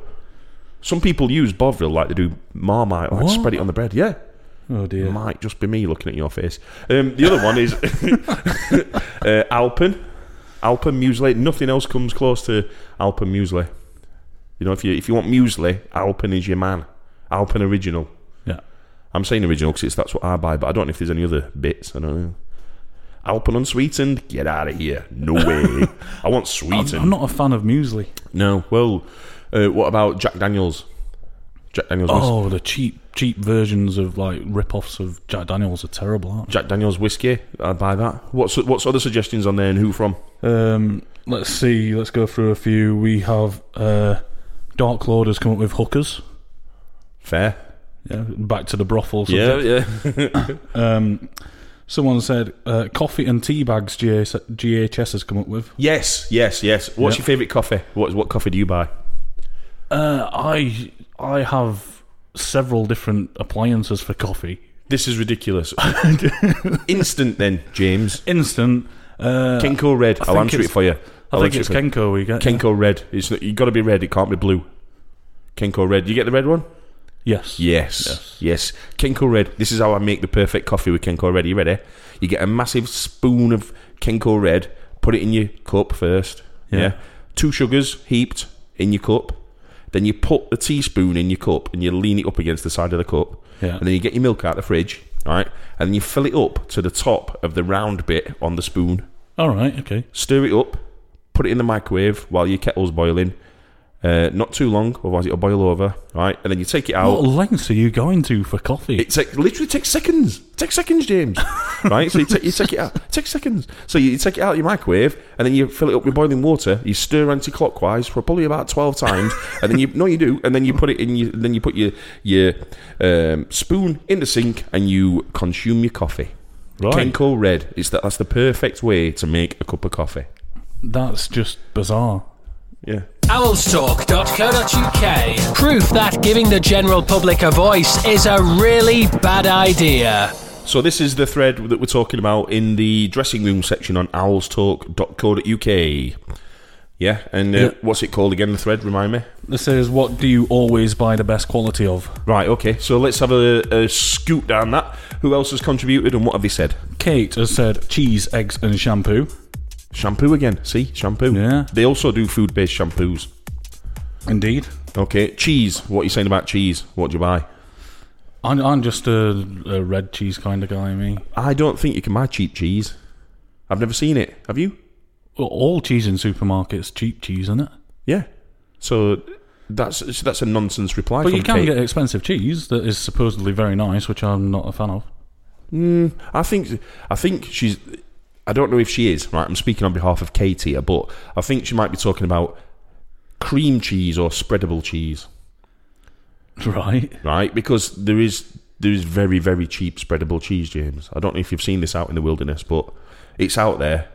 [SPEAKER 1] Some people use Bovril like they do Marmite, like
[SPEAKER 2] What?
[SPEAKER 1] spread it on the bread. Yeah,
[SPEAKER 2] Oh dear.
[SPEAKER 1] might just be me looking at your face. Um, the other one is (laughs) uh, Alpen, Alpen muesli. Nothing else comes close to Alpen muesli. You know, if you if you want muesli, Alpen is your man. Alpen original.
[SPEAKER 2] yeah.
[SPEAKER 1] I'm saying original because that's what I buy, but I don't know if there's any other bits. I don't know. Alpen unsweetened, get out of here. No way. I want sweetened.
[SPEAKER 2] I'm not a fan of muesli.
[SPEAKER 1] No. Well, uh, what about Jack Daniels? Jack Daniels. whis-
[SPEAKER 2] Oh, the cheap cheap versions of like rip-offs of Jack Daniels are terrible, aren't
[SPEAKER 1] Jack Daniels whiskey. I'd buy that. What's what's other suggestions on there and who from?
[SPEAKER 2] they? Um, let's see. Let's go through a few. We have uh, Dark Lord has come up with hookers.
[SPEAKER 1] Fair.
[SPEAKER 2] Yeah, back to the brothel.
[SPEAKER 1] Yeah,
[SPEAKER 2] subject. um, someone said uh, coffee and tea bags. GS- GHS has come up with.
[SPEAKER 1] Yes, yes, yes. What's
[SPEAKER 2] Yeah.
[SPEAKER 1] your favourite coffee? What what coffee do you buy?
[SPEAKER 2] Uh, I I have several different appliances for coffee.
[SPEAKER 1] This is
[SPEAKER 2] (laughs)
[SPEAKER 1] ridiculous. Instant then, James.
[SPEAKER 2] Instant. Uh,
[SPEAKER 1] Kenko Red.
[SPEAKER 2] I
[SPEAKER 1] I'll
[SPEAKER 2] think
[SPEAKER 1] answer it
[SPEAKER 2] it's-
[SPEAKER 1] for you.
[SPEAKER 2] I
[SPEAKER 1] I'll
[SPEAKER 2] think
[SPEAKER 1] answer
[SPEAKER 2] it's
[SPEAKER 1] it for you.
[SPEAKER 2] Kenko we get, yeah.
[SPEAKER 1] Kenko Red. It's not, you got to be red. It can't be blue. Kenko Red. You get the red one?
[SPEAKER 2] Yes.
[SPEAKER 1] Yes. Yes. Kenko Red. This is how I make the perfect coffee with Kenko Red. Are you ready? You get a massive spoon of Kenko Red. Put it in your cup first. Yeah.
[SPEAKER 2] Yeah.
[SPEAKER 1] Two sugars heaped in your cup. Then you put the teaspoon in your cup and you lean it up against the side of the cup.
[SPEAKER 2] Yeah.
[SPEAKER 1] And then you get your milk out the fridge. All right. And then you fill it up to the top of the round bit on the spoon.
[SPEAKER 2] All right. Okay.
[SPEAKER 1] Stir it up. Put it in the microwave while your kettle's boiling. Uh, not too long, otherwise it'll boil over. All right. And then you take it out.
[SPEAKER 2] What lengths are you going to for coffee?
[SPEAKER 1] It take, literally takes seconds. Takes seconds, James. right? So you, take you take it out. Takes seconds. So you, you take it out of your microwave and then you fill it up with boiling water. You stir anti-clockwise for probably about twelve times, and then you no, you do, and then you put it in. Your, then you put your your um, spoon in the sink and you consume your coffee.
[SPEAKER 2] Right.
[SPEAKER 1] Kenko Red. It's that. That's the perfect way to make a cup of coffee.
[SPEAKER 2] That's just bizarre.
[SPEAKER 1] Yeah.
[SPEAKER 5] Owlstalk.co.uk. Proof that giving the general public a voice is a really bad idea.
[SPEAKER 1] So this is the thread that we're talking about in the dressing room section on owlstalk.co.uk. Yeah, and uh,
[SPEAKER 2] Yeah.
[SPEAKER 1] what's it called again? The thread, remind me.
[SPEAKER 2] This is what do you always buy the best quality of?
[SPEAKER 1] Right, okay. So let's have a, a scoot down that. Who else has contributed and what have they said?
[SPEAKER 2] Kate has said cheese, eggs, and shampoo.
[SPEAKER 1] Shampoo again. See, shampoo.
[SPEAKER 2] Yeah.
[SPEAKER 1] They also do food-based shampoos.
[SPEAKER 2] Indeed.
[SPEAKER 1] Okay, cheese. What are you saying about cheese? What do you buy?
[SPEAKER 2] I'm, I'm just a, a red cheese kind of guy, me.
[SPEAKER 1] I don't think you can buy cheap cheese. I've never seen it. Have you?
[SPEAKER 2] Well, all cheese in supermarkets, cheap cheese, isn't it?
[SPEAKER 1] Yeah. So that's that's a nonsense reply.
[SPEAKER 2] But
[SPEAKER 1] from
[SPEAKER 2] you can
[SPEAKER 1] Kate.
[SPEAKER 2] get expensive cheese that is supposedly very nice, which I'm not a fan of.
[SPEAKER 1] Mm, I think I think she's. I don't know if she is right. I'm speaking on behalf of Kate here, but I think she might be talking about cream cheese or spreadable cheese,
[SPEAKER 2] Right.
[SPEAKER 1] (laughs) right? Because there is there is very very cheap spreadable cheese, James. I don't know if you've seen this out in the wilderness, but it's out there.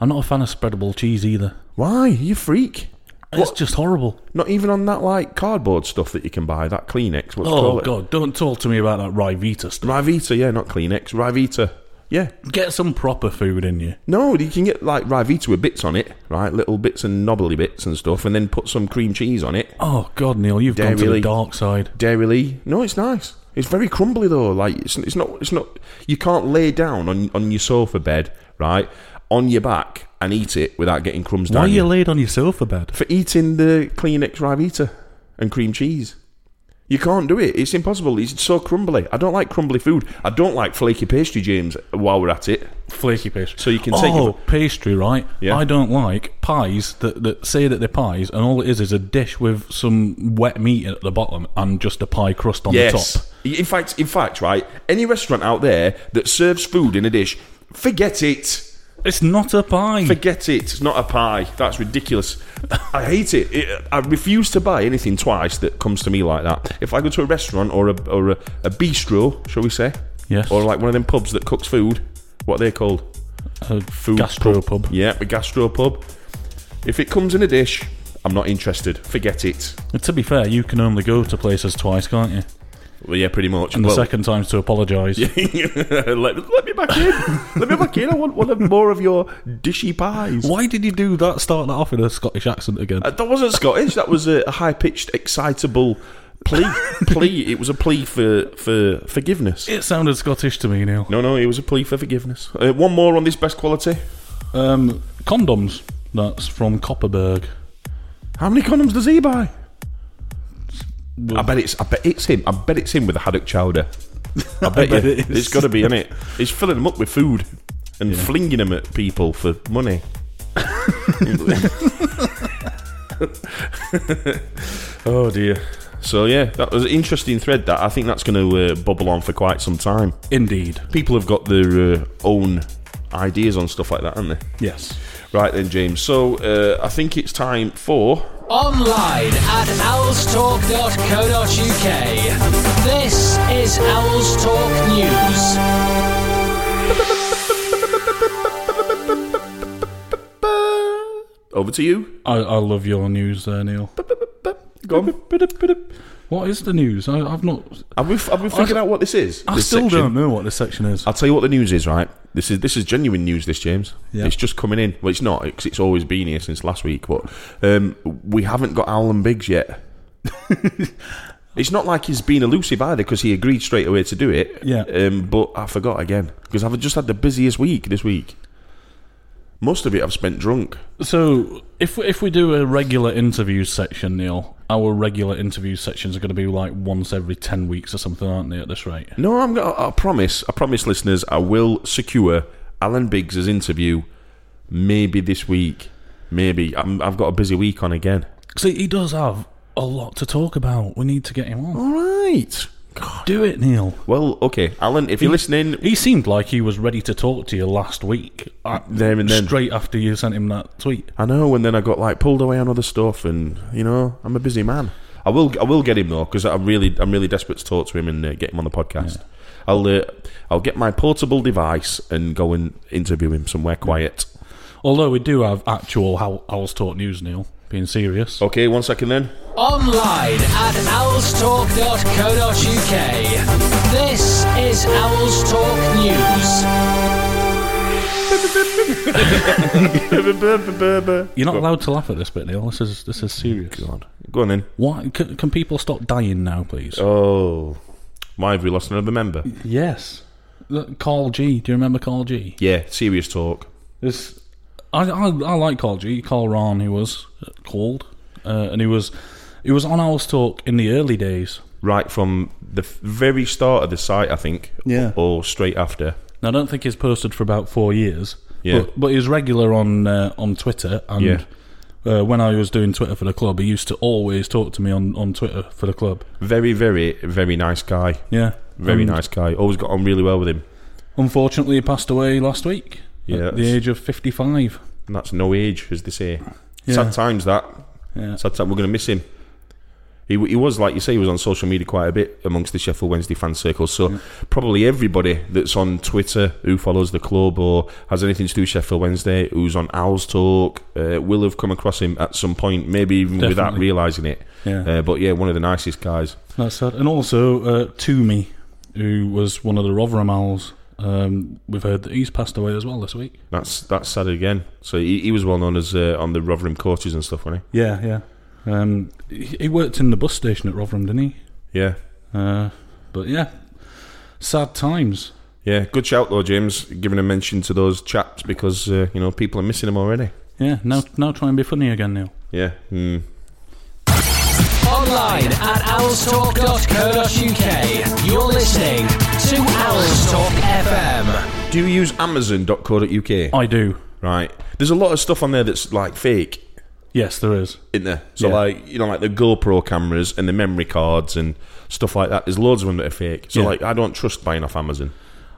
[SPEAKER 2] I'm not a fan of spreadable cheese either.
[SPEAKER 1] Why you freak?
[SPEAKER 2] It's just horrible.
[SPEAKER 1] Not even on that like cardboard stuff that you can buy, that Kleenex. What's
[SPEAKER 2] Oh,
[SPEAKER 1] called it?
[SPEAKER 2] God, don't talk to me about that Rivita stuff.
[SPEAKER 1] Rivita, yeah, not Kleenex, Rivita. Yeah,
[SPEAKER 2] Get some proper food in you.
[SPEAKER 1] No, you can get like Rivita with bits on it, right? Little bits and knobbly bits and stuff, and then put some cream cheese on it.
[SPEAKER 2] Oh, God, Neil, you've gone to
[SPEAKER 1] Dairy.
[SPEAKER 2] the dark side.
[SPEAKER 1] Dairily. No, it's nice. It's very crumbly though. Like it's, it's not it's not you can't lay down on on your sofa bed, right? On your back and eat it without getting crumbs
[SPEAKER 2] Why are
[SPEAKER 1] down.
[SPEAKER 2] you
[SPEAKER 1] you.
[SPEAKER 2] laid on your sofa bed?
[SPEAKER 1] For eating the Kleenex Rivita and cream cheese. You can't do it. It's impossible. It's so crumbly. I don't like crumbly food. I don't like flaky pastry, James, while we're at it.
[SPEAKER 2] Flaky pastry.
[SPEAKER 1] So you can take
[SPEAKER 2] Oh,
[SPEAKER 1] it.
[SPEAKER 2] pastry, right?
[SPEAKER 1] Yeah.
[SPEAKER 2] I don't like pies that, that say that they're pies, and all it is is a dish with some wet meat at the bottom and just a pie crust on
[SPEAKER 1] yes.
[SPEAKER 2] the top.
[SPEAKER 1] In fact, in fact, right, any restaurant out there that serves food in a dish, forget it.
[SPEAKER 2] It's not a pie.
[SPEAKER 1] Forget it. It's not a pie. That's ridiculous. (laughs) I hate it. it. I refuse to buy anything twice that comes to me like that. If I go to a restaurant or a or a, a bistro, shall we say?
[SPEAKER 2] Yes.
[SPEAKER 1] Or like one of them pubs that cooks food. What are they called?
[SPEAKER 2] a
[SPEAKER 1] Food
[SPEAKER 2] gastro pub.
[SPEAKER 1] Yeah, a gastro pub. If it comes in a dish, I'm not interested. Forget it.
[SPEAKER 2] To be fair, you can only go to places twice, can't you?
[SPEAKER 1] Well, yeah, pretty much.
[SPEAKER 2] And the
[SPEAKER 1] Well,
[SPEAKER 2] second time's to apologise.
[SPEAKER 1] (laughs) let, let me back in. Let me back in. I want one of more of your dishy pies.
[SPEAKER 2] Why did you do that? Start that off in a Scottish accent again.
[SPEAKER 1] Uh, That wasn't Scottish. That was a high pitched, excitable
[SPEAKER 2] (laughs)
[SPEAKER 1] plea. plea. It was a plea for for forgiveness.
[SPEAKER 2] it sounded Scottish to me, Neil.
[SPEAKER 1] No, no, it was a plea for forgiveness. Uh, one more on this best quality.
[SPEAKER 2] Um, condoms. That's from Copperberg.
[SPEAKER 1] How many condoms does he buy? I bet it's. I bet it's him. I bet it's him with a haddock chowder.
[SPEAKER 2] (laughs)
[SPEAKER 1] I bet,
[SPEAKER 2] bet
[SPEAKER 1] you,
[SPEAKER 2] it is.
[SPEAKER 1] it's got to be in it. He's filling them up with food and flinging them at people for money. oh dear. So yeah, that was an interesting thread. That I think that's going to uh, bubble on for quite some time.
[SPEAKER 2] Indeed.
[SPEAKER 1] People have got their uh, own ideas on stuff like that, haven't they?
[SPEAKER 2] Yes.
[SPEAKER 1] Right then, James. So uh, I think it's time for
[SPEAKER 5] Online at owlstalk.co.uk. This is Owls Talk News.
[SPEAKER 1] Over to you.
[SPEAKER 2] I, I love your news there, Neil.
[SPEAKER 1] Go on.
[SPEAKER 2] What is the news? I, I've not.
[SPEAKER 1] Have we, have we figured out what this is?
[SPEAKER 2] I
[SPEAKER 1] This
[SPEAKER 2] still
[SPEAKER 1] section?
[SPEAKER 2] don't know what this section is.
[SPEAKER 1] I'll tell you what the news is, right? This is this is genuine news. This James,
[SPEAKER 2] Yeah.
[SPEAKER 1] it's just coming in. Well, it's not because it's always been here since last week. But um, we haven't got Alan Biggs
[SPEAKER 2] (laughs)
[SPEAKER 1] yet. it's not like he's been elusive either because he agreed straight away to do it.
[SPEAKER 2] Yeah.
[SPEAKER 1] Um, but I forgot again because I've just had the busiest week this week. Most of it I've spent drunk.
[SPEAKER 2] So, if we, if we do a regular interview section, Neil, our regular interview sections are going to be like once every ten weeks or something, aren't they? At this rate,
[SPEAKER 1] No, I'm. gonna- I promise. I promise, listeners. I will secure Alan Biggs's interview. Maybe this week. Maybe I'm, I've got a busy week on again.
[SPEAKER 2] see, he does have a lot to talk about. We need to get him on.
[SPEAKER 1] All right.
[SPEAKER 2] Do it, Neil.
[SPEAKER 1] Well, okay, Alan. If you're
[SPEAKER 2] He-
[SPEAKER 1] listening,
[SPEAKER 2] He seemed like he was ready to talk to you last week. I-
[SPEAKER 1] there uh, and then.
[SPEAKER 2] Straight after you sent him that tweet.
[SPEAKER 1] I know. And then I got like pulled away on other stuff, and you know, I'm a busy man. I will. I will get him though, because I'm really, I'm really desperate to talk to him and uh, get him on the podcast. I'll, uh, I'll get my portable device and go and interview him somewhere quiet.
[SPEAKER 2] Although we do have actual How- Howls Talk News, Neil, being serious.
[SPEAKER 1] Okay, one second then.
[SPEAKER 5] Online at owlstalk.co.uk. This is Owls Talk News.
[SPEAKER 2] You're not allowed to laugh at this bit, Neil. This is this is serious.
[SPEAKER 1] God. Go on in.
[SPEAKER 2] Why can, can people stop dying now, please?
[SPEAKER 1] Oh, why have we lost another member?
[SPEAKER 2] Yes. Look, Carl G. Do you remember Carl G?
[SPEAKER 1] Yeah, serious talk.
[SPEAKER 2] This, I, I, I like Carl G. Carl Rahn, he was called, uh, and he was he was on Owls Talk in the early days.
[SPEAKER 1] Right from the f- very start of the site, I think.
[SPEAKER 2] Yeah.
[SPEAKER 1] Or straight after.
[SPEAKER 2] Now, I don't think he's posted for about four years.
[SPEAKER 1] Yeah.
[SPEAKER 2] But, but he's regular on uh, on Twitter, and
[SPEAKER 1] Yeah.
[SPEAKER 2] uh, when I was doing Twitter for the club, he used to always talk to me on, on Twitter for the club.
[SPEAKER 1] Very, very, very nice guy.
[SPEAKER 2] Yeah.
[SPEAKER 1] Very
[SPEAKER 2] And
[SPEAKER 1] nice guy. Always got on really well with him.
[SPEAKER 2] Unfortunately, he passed away last week
[SPEAKER 1] Yeah,
[SPEAKER 2] at the
[SPEAKER 1] that's-
[SPEAKER 2] age of 55.
[SPEAKER 1] And that's no age, as they say.
[SPEAKER 2] Yeah.
[SPEAKER 1] Sad times that.
[SPEAKER 2] Yeah.
[SPEAKER 1] Sad time. We're going to miss him. He, w- he was, like you say, he was on social media quite a bit amongst the Sheffield Wednesday fan circles. So probably everybody that's on Twitter who follows the club or has anything to do with Sheffield Wednesday, who's on Owls Talk, uh, will have come across him at some point, maybe even without
[SPEAKER 2] Definitely.
[SPEAKER 1] realising it.
[SPEAKER 2] Yeah.
[SPEAKER 1] Uh, but yeah, one of the nicest guys.
[SPEAKER 2] That's sad. And also uh, Toomey, who was one of the Rotherham Owls. Um, we've heard that he's passed away as well this week.
[SPEAKER 1] That's that's sad again. So he, he was well known as uh, on the Rotherham coaches and stuff, wasn't
[SPEAKER 2] Yeah, yeah. Um, he he worked in the bus station at Rotherham, didn't he?
[SPEAKER 1] he? Yeah.
[SPEAKER 2] Uh, but yeah, sad times.
[SPEAKER 1] Yeah, good shout though, James, giving a mention to those chaps because uh, you know people are missing them already.
[SPEAKER 2] Yeah, now now try and be funny again, Neil.
[SPEAKER 1] Yeah, mm.
[SPEAKER 5] Online at owlstalk.co.uk. You're listening to Owls Talk FM.
[SPEAKER 1] Do you use Amazon.co.uk?
[SPEAKER 2] I do.
[SPEAKER 1] Right, there's a lot of stuff on there that's like fake,
[SPEAKER 2] Yes, there is.
[SPEAKER 1] isn't there? So
[SPEAKER 2] Yeah.
[SPEAKER 1] like you know, like the GoPro cameras and the memory cards and stuff like that. There's loads of them that are fake. So
[SPEAKER 2] Yeah.
[SPEAKER 1] like, I don't trust buying off Amazon.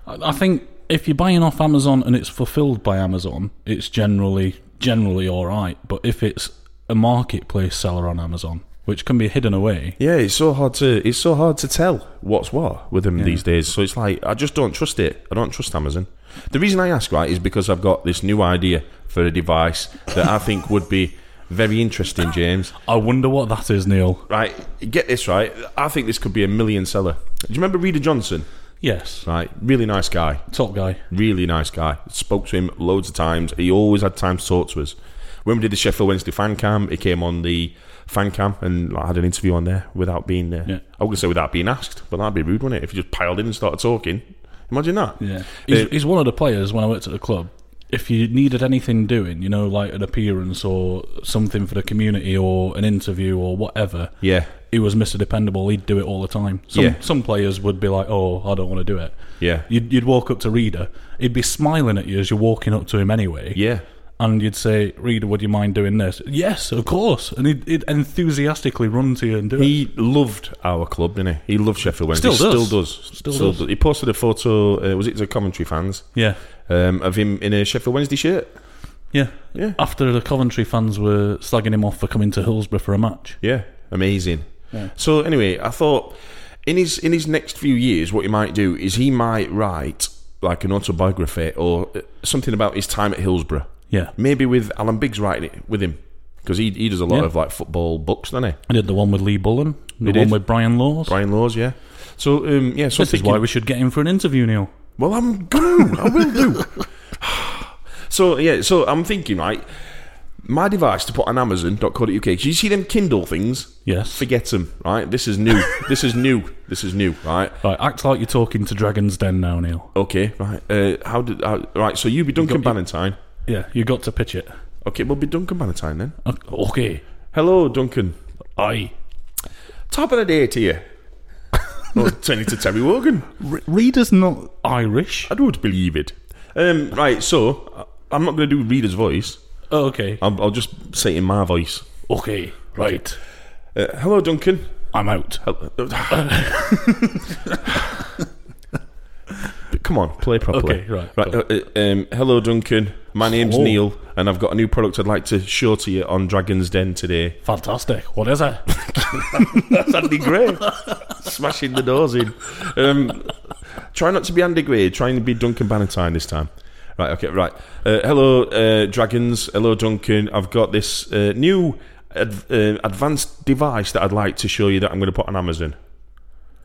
[SPEAKER 2] I, I think if you're buying off Amazon and it's fulfilled by Amazon, it's generally generally all right. But if it's a marketplace seller on Amazon, which can be hidden away,
[SPEAKER 1] Yeah, it's so hard to it's so hard to tell what's what with them these days. So it's like I just don't trust it. I don't trust Amazon. The reason I ask right is because I've got this new idea for a device that I think would be very interesting, James.
[SPEAKER 2] I wonder what that is, Neil.
[SPEAKER 1] Right, get this right. I think this could be a million seller. Do you remember Reader Johnson?
[SPEAKER 2] Yes,
[SPEAKER 1] Right, really nice guy.
[SPEAKER 2] top guy.
[SPEAKER 1] Really nice guy. Spoke to him loads of times. He always had time to talk to us. When we did the Sheffield Wednesday fan cam, he came on the fan cam and I had an interview on there without being uh,
[SPEAKER 2] Yeah.
[SPEAKER 1] I was gonna say without being asked, but that'd be rude, wouldn't it? If you just piled in and started talking, imagine that.
[SPEAKER 2] Yeah, he's,
[SPEAKER 1] Uh,
[SPEAKER 2] he's one of the players when I worked at the club. If you needed anything doing, you know, like an appearance or something for the community or an interview or whatever,
[SPEAKER 1] Yeah.
[SPEAKER 2] he was Mr. Dependable. He'd do it all the time. Some,
[SPEAKER 1] Yeah.
[SPEAKER 2] some players would be like, "Oh, I don't want to do it."
[SPEAKER 1] Yeah.
[SPEAKER 2] You'd, you'd walk up to Reader. He'd be smiling at you as you're walking up to him anyway.
[SPEAKER 1] Yeah.
[SPEAKER 2] And you'd say, "Reader, would you mind doing this?" Yes, of course. And he'd, he'd enthusiastically run to you and do it.
[SPEAKER 1] He loved our club, didn't he? He loved Sheffield Wednesday.
[SPEAKER 2] Still does.
[SPEAKER 1] Still does.
[SPEAKER 2] Still does.
[SPEAKER 1] He posted a photo. Uh, was it to commentary fans?
[SPEAKER 2] Yeah.
[SPEAKER 1] um, of him in a Sheffield Wednesday shirt.
[SPEAKER 2] Yeah. Yeah. After the Coventry fans were slagging him off for coming to Hillsborough for a match.
[SPEAKER 1] Yeah. Amazing. So anyway, I thought in his in his next few years, what he might do is he might write like an autobiography or uh, something about his time at Hillsborough.
[SPEAKER 2] Yeah.
[SPEAKER 1] Maybe with Alan Biggs writing it with him because he he does a lot
[SPEAKER 2] Yeah.
[SPEAKER 1] of like football books, doesn't he?
[SPEAKER 2] I did the one with Lee Bullen, the
[SPEAKER 1] He
[SPEAKER 2] one
[SPEAKER 1] did.
[SPEAKER 2] with Brian Laws.
[SPEAKER 1] Brian Laws, yeah. So um, yeah, so
[SPEAKER 2] this is why we should get him for an interview, Neil.
[SPEAKER 1] Well, I'm going. I will do. (sighs) So yeah, so I'm thinking right. My device to put on Amazon.co.uk. Do you see them Kindle things?
[SPEAKER 2] Yes.
[SPEAKER 1] Forget them. Right. This is (laughs) new. this is new. This is new. Right.
[SPEAKER 2] Right, act like you're talking to Dragon's Den now, Neil.
[SPEAKER 1] Okay. Right. Uh, how did? How, right. So you be Duncan
[SPEAKER 2] got-
[SPEAKER 1] Ballantyne.
[SPEAKER 2] Yeah, you got to pitch it.
[SPEAKER 1] Okay. We'll be Duncan Ballantyne then.
[SPEAKER 2] Okay.
[SPEAKER 1] Hello, Duncan.
[SPEAKER 2] Aye.
[SPEAKER 1] Top of the day (laughs) to you. well, turning to Terry Wogan.
[SPEAKER 2] R- reader's not Irish.
[SPEAKER 1] I don't believe it. Um, right. So I- I'm not going to do reader's voice.
[SPEAKER 2] Oh, okay.
[SPEAKER 1] I'll, I'll just say it in my voice.
[SPEAKER 2] Okay. Right.
[SPEAKER 1] Uh, hello, Duncan.
[SPEAKER 2] I'm out.
[SPEAKER 1] Hel- Come on, play properly.
[SPEAKER 2] Okay, right,
[SPEAKER 1] right. Oh. uh, uh, um, hello, Duncan. My name's
[SPEAKER 2] Hello.
[SPEAKER 1] Neil, and I've got a new product I'd like to show to you on Dragon's Den today.
[SPEAKER 2] Fantastic. What is it?
[SPEAKER 1] That's Andy Gray smashing the doors in. Um, try not to be Andy Gray. Try and be Duncan Bannatyne this time. Right. Okay. Right. Uh, hello, uh, dragons. Hello, Duncan. I've got this uh, new ad- uh, advanced device that I'd like to show you that I'm going to put on Amazon.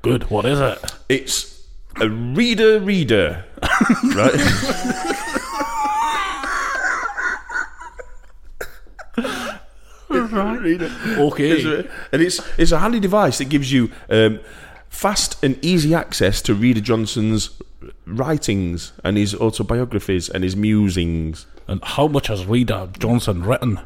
[SPEAKER 2] Good. What is it?
[SPEAKER 1] It's a reader reader. (laughs) right?
[SPEAKER 2] Okay.
[SPEAKER 1] And it's it's a handy device that gives you um, fast and easy access to Reader Johnson's writings and his autobiographies and his musings.
[SPEAKER 2] And how much has Reader Johnson written?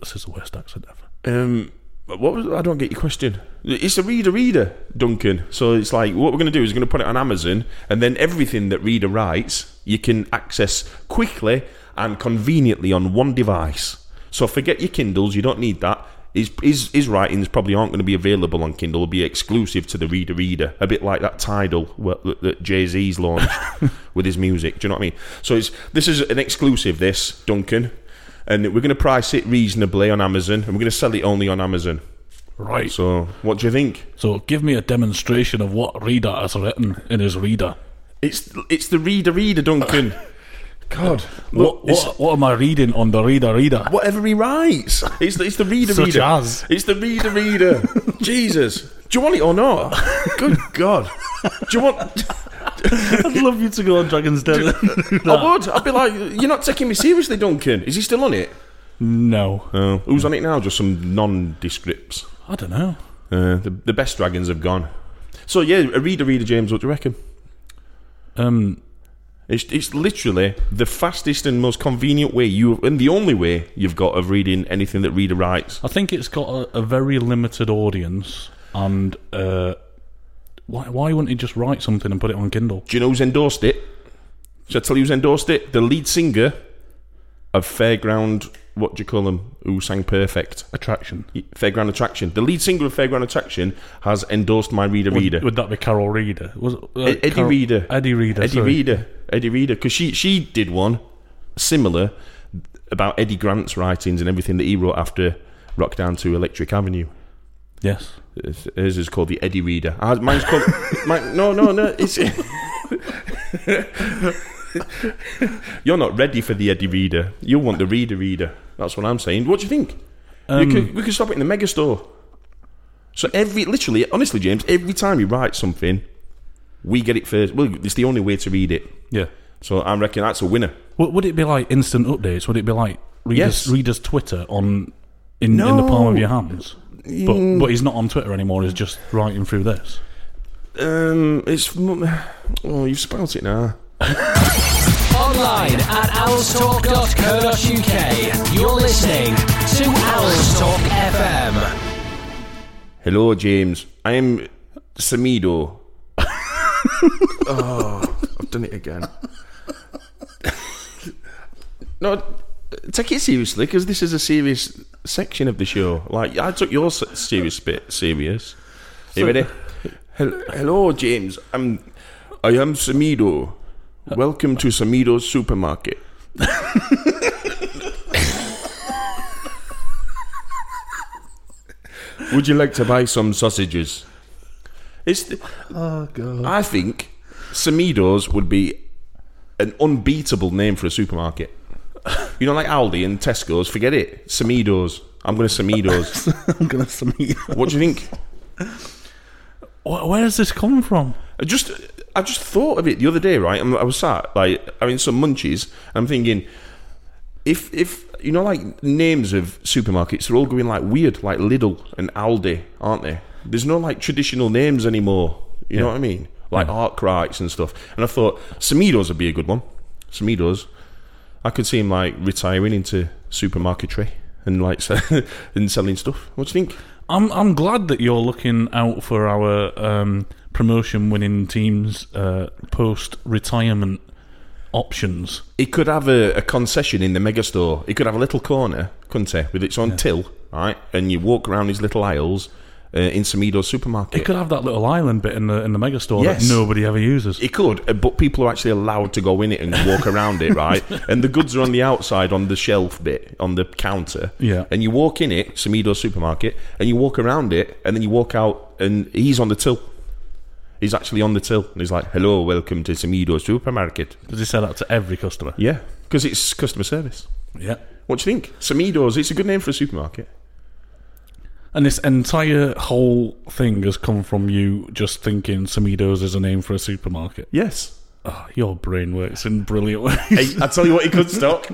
[SPEAKER 2] This is the worst accent ever.
[SPEAKER 1] Um but what was I don't get your question. It's a reader reader, Duncan. So it's like what we're gonna do is we're gonna put it on Amazon and then everything that reader writes you can access quickly and conveniently on one device. So forget your Kindles, you don't need that. His, his, his writings probably aren't going to be available on Kindle, will be exclusive to the reader reader. A bit like that Tidal well, that- that Jay Z's launched with his music. Do you know what I mean? So it's this is an exclusive, this, Duncan and we're going to price it reasonably on Amazon, and we're going to sell it only on Amazon.
[SPEAKER 2] Right. So,
[SPEAKER 1] So, what do you think?
[SPEAKER 2] give me a demonstration of what Reader has written in his Reader.
[SPEAKER 1] It's it's the reader reader Duncan. (laughs) God, look,
[SPEAKER 2] What,
[SPEAKER 1] it's-
[SPEAKER 2] what, what am I reading on the Reader Reader?
[SPEAKER 1] whatever he writes, (laughs) it's the, it's the reader
[SPEAKER 2] Such
[SPEAKER 1] reader.
[SPEAKER 2] as.
[SPEAKER 1] It's the reader (laughs) reader. Jesus, do you want it or not? (laughs) Good God, do you (laughs) want?
[SPEAKER 2] I'd love you to go on
[SPEAKER 1] (laughs)
[SPEAKER 2] Dragon's Den.
[SPEAKER 1] I would. I'd be like, you're not taking me seriously, Duncan. Is he still on it?
[SPEAKER 2] no.
[SPEAKER 1] Oh, who's on it now? Just some nondescripts.
[SPEAKER 2] I don't know.
[SPEAKER 1] Uh, the, the best dragons have gone. So yeah, a reader reader James. What do you reckon?
[SPEAKER 2] Um,
[SPEAKER 1] It's, it's literally the fastest and most convenient way you and the only way you've got of reading anything that reader writes.
[SPEAKER 2] I think it's got a, a very limited audience, and uh, why why wouldn't he just write something and put it on Kindle?
[SPEAKER 1] Do you know who's endorsed it? Should I tell you who's endorsed it? The lead singer of Fairground. What do you call them? Who sang Perfect?
[SPEAKER 2] Attraction.
[SPEAKER 1] Fairground Attraction. The lead singer of Fairground Attraction has endorsed my reader reader.
[SPEAKER 2] Would, would that be Carol Reader? Was it, uh,
[SPEAKER 1] Eddie
[SPEAKER 2] Carol-
[SPEAKER 1] Reader.
[SPEAKER 2] Eddie Reader.
[SPEAKER 1] Eddie
[SPEAKER 2] sorry.
[SPEAKER 1] Reader. Eddie Reader. Because she, she did one similar about Eddie Grant's writings and everything that he wrote after Rock Down to Electric Avenue.
[SPEAKER 2] Yes.
[SPEAKER 1] Hers is called the Eddie Reader. Ah, Mine's called. mine, no, no, no. It's. You're not ready for the Eddie Reader. You want the Reader Reader. That's what I'm saying. What do you think? we, could, we could stop it in the mega store. So every, literally, honestly, James, every time you write something, we get it first. Well, it's the only way to read it.
[SPEAKER 2] Yeah.
[SPEAKER 1] So I reckon that's a winner.
[SPEAKER 2] Would, would it be like instant updates? Would it be like readers
[SPEAKER 1] Yes.
[SPEAKER 2] readers Twitter on in, in the palm of
[SPEAKER 1] No.
[SPEAKER 2] your hands? But but he's not on Twitter anymore. He's just writing through this.
[SPEAKER 1] Um, it's. Oh, you've spoilt it now.
[SPEAKER 5] Online at owlstalk.co.uk. You're listening to Owls Talk FM.
[SPEAKER 1] Hello, James. I am Samido. (laughs) oh, I've done it again. (laughs) no, take it seriously because this is a serious section of the show. Like I took your se- serious bit serious. Are you ready? (laughs) Hel- Hello, James. I'm. I am Samido. Welcome to Samido's supermarket. Would you like to buy some sausages? It's the,
[SPEAKER 2] Oh god.
[SPEAKER 1] I think Samidos would be an unbeatable name for a supermarket. You know, like Aldi and Tesco's. Forget it. Samidos. I'm going to Samidos.
[SPEAKER 2] (laughs) I'm gonna submit.
[SPEAKER 1] what do you think?
[SPEAKER 2] Wh- Where has this come from?
[SPEAKER 1] I just I just thought of it the other day, right? I'm- I was sat like having some munchies. I'm thinking, if if you know, like names of supermarkets, they're all going like weird, like Lidl and Aldi, aren't they? There's no like traditional names anymore. You know
[SPEAKER 2] Yeah.
[SPEAKER 1] what I mean? Like Arkwrights and stuff. And I thought Samidos would be a good one. Samidos. I could see him like retiring into supermarketry and like (laughs) se- and selling stuff. What do you think?
[SPEAKER 2] I'm I'm glad that you're looking out for our um, promotion winning teams uh, post retirement options.
[SPEAKER 1] It could have a, a concession in the megastore. It could have a little corner, couldn't it, with its own till, right? And you walk around these little aisles uh, in Samido supermarket.
[SPEAKER 2] It could have that little island bit in the in the megastore
[SPEAKER 1] Yes.
[SPEAKER 2] that nobody ever uses.
[SPEAKER 1] It could, uh, but people are actually allowed to go in it and walk around it,
[SPEAKER 2] (laughs)
[SPEAKER 1] right? And the goods are on the outside on the shelf bit, on the counter.
[SPEAKER 2] Yeah.
[SPEAKER 1] And you walk in it, Samido supermarket, and you walk around it, and then you walk out, and he's on the till. He's actually on the till, and he's like, hello, welcome to Samido supermarket.
[SPEAKER 2] Does he say that to every customer?
[SPEAKER 1] Yeah, because it's customer service.
[SPEAKER 2] Yeah.
[SPEAKER 1] What do you think? Samidos, it's a good name for a supermarket.
[SPEAKER 2] And this entire whole thing has come from you just thinking Samidos is a name for a supermarket.
[SPEAKER 1] Yes.
[SPEAKER 2] Oh, your brain works in brilliant ways.
[SPEAKER 1] Hey, I tell you what, he could (laughs) stop.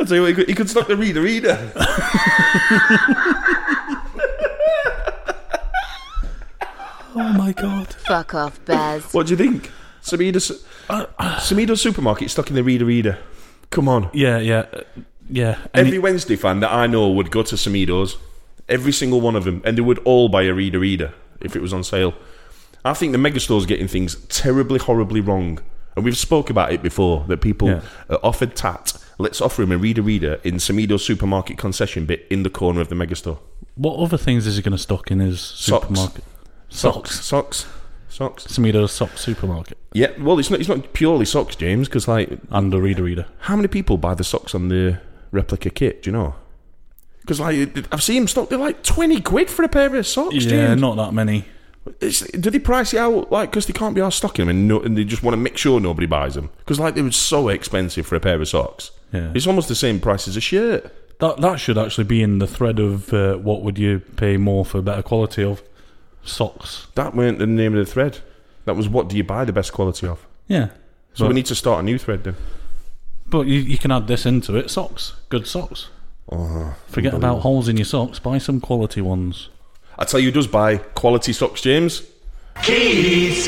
[SPEAKER 1] I tell you what, he could, he could stop the reader, reader.
[SPEAKER 2] oh my god.
[SPEAKER 6] Fuck off, Baz.
[SPEAKER 1] What do you think? Samido, su- Samido supermarket stuck in the reader, reader. Come on.
[SPEAKER 2] Yeah, yeah, uh, yeah. And
[SPEAKER 1] Every
[SPEAKER 2] it-
[SPEAKER 1] Wednesday fan that I know would go to Samido's, every single one of them, and they would all buy a reader, reader if it was on sale. I think the megastore's getting things terribly, horribly wrong. And we've spoke about it before that people
[SPEAKER 2] Yeah.
[SPEAKER 1] are offered tat. Let's offer him a reader reader in Samido's supermarket concession bit in the corner of the megastore.
[SPEAKER 2] what other things is he going to stock in his
[SPEAKER 1] Socks.
[SPEAKER 2] supermarket?
[SPEAKER 1] Socks. Socks. Socks.
[SPEAKER 2] Samido's sock supermarket
[SPEAKER 1] Yeah, well, it's not, it's not purely socks, James, because, like,
[SPEAKER 2] and a reader reader.
[SPEAKER 1] how many people buy the socks on the replica kit, do you know? Because, like, I've seen them stock, they're like 20 quid for a pair of socks,
[SPEAKER 2] Yeah,
[SPEAKER 1] James.
[SPEAKER 2] not that many.
[SPEAKER 1] It's, do they price it out like because they can't be arsed stocking them and, no, and they just want to make sure nobody buys them because like they were so expensive for a pair of socks.
[SPEAKER 2] Yeah.
[SPEAKER 1] It's almost the same price as a shirt.
[SPEAKER 2] That that should actually be in the thread of uh, what would you pay more for better quality of socks?
[SPEAKER 1] That weren't the name of the thread. That was what do you buy the best quality of.
[SPEAKER 2] Yeah.
[SPEAKER 1] So we
[SPEAKER 2] But-
[SPEAKER 1] need to start a new thread then.
[SPEAKER 2] But you, you can add this into it. Socks. Good socks. Forget about holes in your socks. Buy some quality ones.
[SPEAKER 1] I tell you, who does buy quality socks, James? We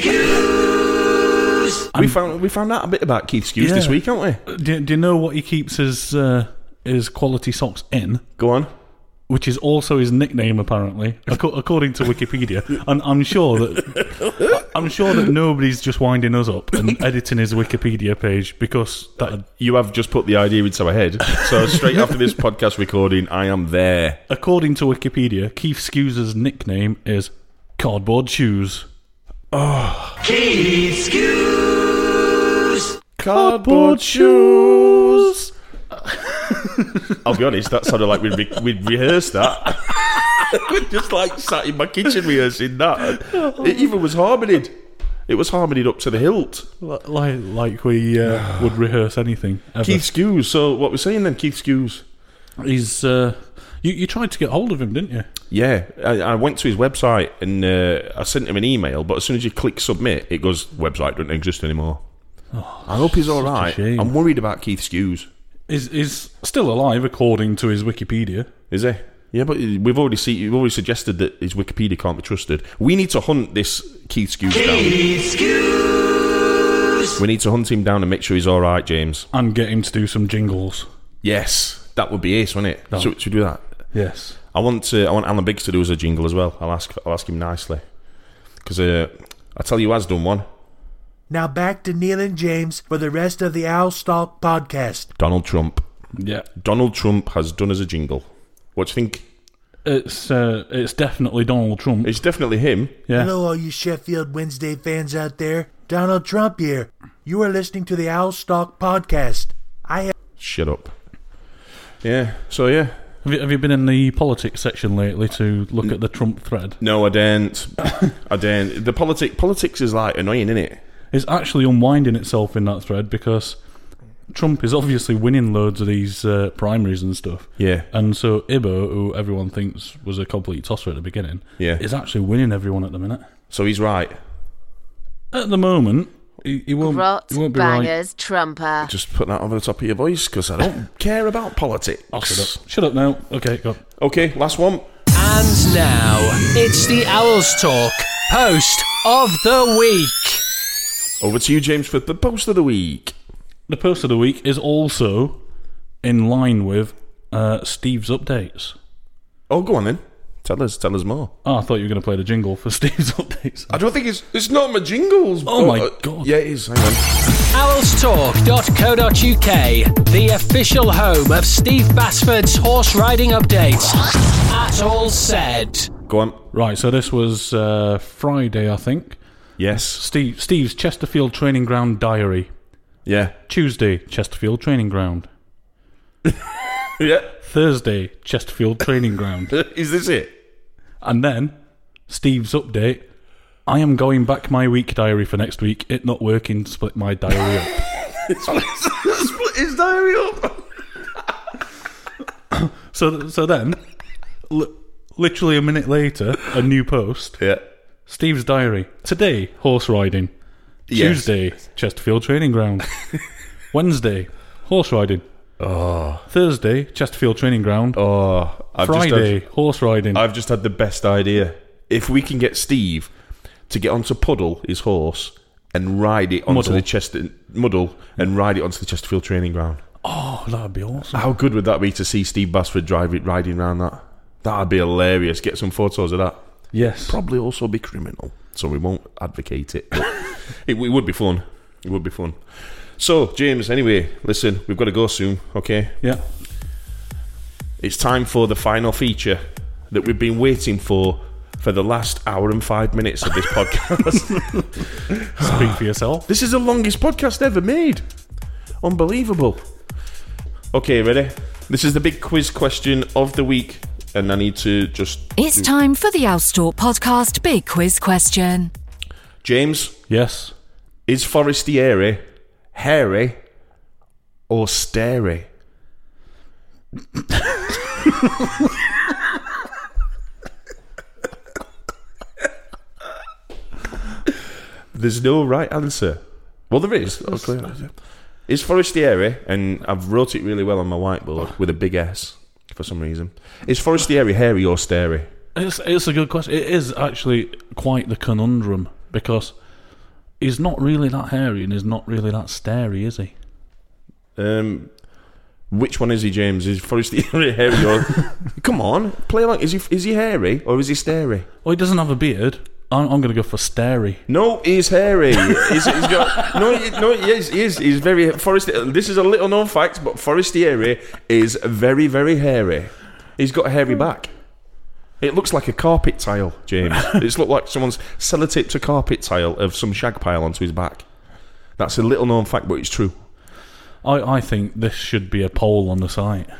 [SPEAKER 1] found we found out a bit about Keith Skews this
[SPEAKER 2] Yeah.
[SPEAKER 1] week, haven't we?
[SPEAKER 2] Do, do you know what he keeps his, uh, his quality socks in?
[SPEAKER 1] Go on.
[SPEAKER 2] Which is also his nickname, apparently, ac- according to Wikipedia. And I'm sure that I'm sure that nobody's just winding us
[SPEAKER 1] (laughs)
[SPEAKER 2] up and editing his Wikipedia page because that,
[SPEAKER 1] You have just put the idea into my head. So straight after (laughs) this podcast recording, I am there.
[SPEAKER 2] according to Wikipedia, Keith Skews' nickname is cardboard shoes.
[SPEAKER 1] Cardboard shoes. I'll be honest, that sounded like we'd, re- we'd rehearsed (laughs) that. we just like sat in my kitchen rehearsing that. It even was harmonied. It was harmonied up to the hilt.
[SPEAKER 2] Like like we uh, would rehearse anything. Ever.
[SPEAKER 1] Keith Skews. So what we're saying then, Keith Skews?
[SPEAKER 2] He's. Uh, you, you tried to get hold of him, didn't you?
[SPEAKER 1] Yeah, I, I went to his website and uh, I sent him an email, but as soon as you click submit, it goes website doesn't exist anymore. I hope he's all
[SPEAKER 2] such a
[SPEAKER 1] right.
[SPEAKER 2] shame.
[SPEAKER 1] I'm worried about Keith Skews.
[SPEAKER 2] Is is still alive according to his Wikipedia.
[SPEAKER 1] Is he? Yeah, but we've already see, we've already suggested that his Wikipedia can't be trusted. We need to hunt this Keith Skews down. We need to hunt him down and make sure he's all right, James.
[SPEAKER 2] And get him to do some jingles.
[SPEAKER 1] Yes, that would be ace, wouldn't it? So should we do that?
[SPEAKER 2] Yes.
[SPEAKER 1] I want to, I want Alan Biggs to do us a jingle as well. I'll ask I'll ask him nicely because uh, I tell you, who has done one.
[SPEAKER 8] Now back to Neil and James for the rest of the Owl Stalk podcast.
[SPEAKER 1] Donald Trump.
[SPEAKER 2] Yeah.
[SPEAKER 1] Donald Trump has done us a jingle. What do you think?
[SPEAKER 2] It's uh, it's definitely Donald Trump.
[SPEAKER 1] It's definitely him.
[SPEAKER 2] yeah.
[SPEAKER 8] Hello, all you Sheffield Wednesday fans out there. Donald Trump here. You are listening to the Owl Stalk podcast. I have.
[SPEAKER 1] Shut up. Yeah. So yeah.
[SPEAKER 2] Have you, have you been in the politics section lately to look at the Trump thread?
[SPEAKER 1] No, I didn't. I didn't. The politic politics is like annoying, isn't it?
[SPEAKER 2] It's actually unwinding itself in that thread because Trump is obviously winning loads of these uh, primaries and stuff.
[SPEAKER 1] Yeah.
[SPEAKER 2] And so Ibo, who everyone thinks was a complete tosser at the beginning,
[SPEAKER 1] Yeah.
[SPEAKER 2] is actually winning everyone at the minute.
[SPEAKER 1] So he's right.
[SPEAKER 2] At the moment, he, he won't.
[SPEAKER 6] Rot,
[SPEAKER 2] he won't be right.
[SPEAKER 6] bangers, Trumper.
[SPEAKER 1] Just put that over the top of your voice because I (laughs) don't care about politics.
[SPEAKER 2] shut up. Shut up now. Okay, go.
[SPEAKER 1] Okay, last one.
[SPEAKER 5] And now it's the Owls Talk post of the week.
[SPEAKER 1] Over to you, James, for the post of the week.
[SPEAKER 2] The post of the week is also in line with uh, Steve's updates.
[SPEAKER 1] Oh, go on then. Tell us. Tell us more.
[SPEAKER 2] Oh, I thought you were going to play the jingle for (laughs) Steve's updates.
[SPEAKER 1] I don't think it's it's not my jingles.
[SPEAKER 2] Oh my
[SPEAKER 1] uh,
[SPEAKER 2] God.
[SPEAKER 1] Yeah, it is. Hang on.
[SPEAKER 5] Owlstalk.co.uk, the official home of Steve Basford's horse riding updates. At all said.
[SPEAKER 1] Go on.
[SPEAKER 2] Right, so this was uh, Friday, I think.
[SPEAKER 1] Yes.
[SPEAKER 2] Steve, Steve's Chesterfield Training Ground diary.
[SPEAKER 1] Yeah.
[SPEAKER 2] Tuesday, Chesterfield Training Ground.
[SPEAKER 1] Yeah. (laughs)
[SPEAKER 2] Thursday, Chesterfield Training Ground. (laughs)
[SPEAKER 1] Is this (laughs) it?
[SPEAKER 2] And then, Steve's update. I am going back my week diary for next week. It not working, split my diary up.
[SPEAKER 1] Split his (laughs) diary up.
[SPEAKER 2] So, so then, l- literally a minute later, a new post.
[SPEAKER 1] Yeah.
[SPEAKER 2] Steve's diary. Today, horse riding.
[SPEAKER 1] Yes.
[SPEAKER 2] Tuesday, Chesterfield Training (laughs) Ground. Wednesday, horse riding. Oh. Thursday, Chesterfield Training Ground.
[SPEAKER 1] Oh, I've Just had-
[SPEAKER 2] Friday, horse riding.
[SPEAKER 1] I've just had the best idea. If we can get Steve to get onto Puddle, his horse, and ride it onto
[SPEAKER 2] Muddle.
[SPEAKER 1] the chest muddle and ride it onto the Chesterfield training ground.
[SPEAKER 2] oh, that'd be awesome.
[SPEAKER 1] How good would that be to see Steve Basford drive it riding round that? That'd be hilarious. Get some photos of that.
[SPEAKER 2] Yes.
[SPEAKER 1] Probably also be criminal, so we won't advocate it. But it, it would be fun. It would be fun. So, James. Anyway, listen, we've got to go soon. Okay,
[SPEAKER 2] yeah.
[SPEAKER 1] it's time for the final feature that we've been waiting for for the last hour and five minutes (laughs) of this podcast.
[SPEAKER 2] Speak for yourself.
[SPEAKER 1] this is the longest podcast ever made. Unbelievable. Okay, ready? This is the big quiz question of the week, and I need to just.
[SPEAKER 7] It's time for the Outstore Podcast Big Quiz Question.
[SPEAKER 1] James,
[SPEAKER 2] Yes.
[SPEAKER 1] is Forestieri hairy or stary? There's no right answer. Well, there is. obviously. Is Forestieri, and I've wrote it really well on my whiteboard with a big S for some reason. Is Forestieri hairy or stary?
[SPEAKER 2] It's, it's a good question. It is actually quite the conundrum because he's not really that hairy and he's not really that starey, is he?
[SPEAKER 1] Um, which one is he, James? Is (laughs) Forestieri hairy or? Come on, play along. Is he is he hairy or is he stary?
[SPEAKER 2] Well, he doesn't have a beard. I'm, I'm going to go for starey.
[SPEAKER 1] No, he's hairy. he's, he's got, no, he- no, he is. He is. He's very Forestieri. This is a little known fact, but Forestieri is very, very hairy. He's got a hairy back. It looks like a carpet tile, James. it's looked like someone's sellotaped a carpet tile of some shag pile onto his back. That's a little known fact, but it's true.
[SPEAKER 2] I, I think this should be a poll on the site.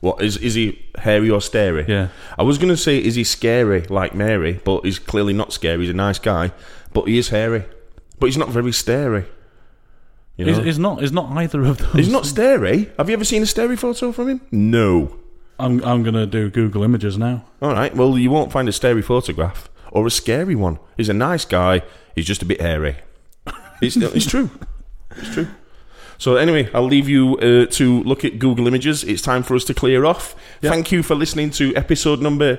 [SPEAKER 1] What is is he hairy or stary?
[SPEAKER 2] Yeah.
[SPEAKER 1] I was gonna say is he scary like Mary, but he's clearly not scary. He's a nice guy, but he is hairy. But he's not very stary. You know?
[SPEAKER 2] He's, he's not. He's not either of those.
[SPEAKER 1] He's not stary. Have you ever seen a stary photo from him? No.
[SPEAKER 2] I'm. I'm going to do Google Images now.
[SPEAKER 1] All right. Well, you won't find a stary photograph or a scary one. He's a nice guy. He's just a bit hairy. It's, it's true. It's true. So anyway, I'll leave you uh, to look at Google Images. It's time for us to clear off. Thank you for listening to episode number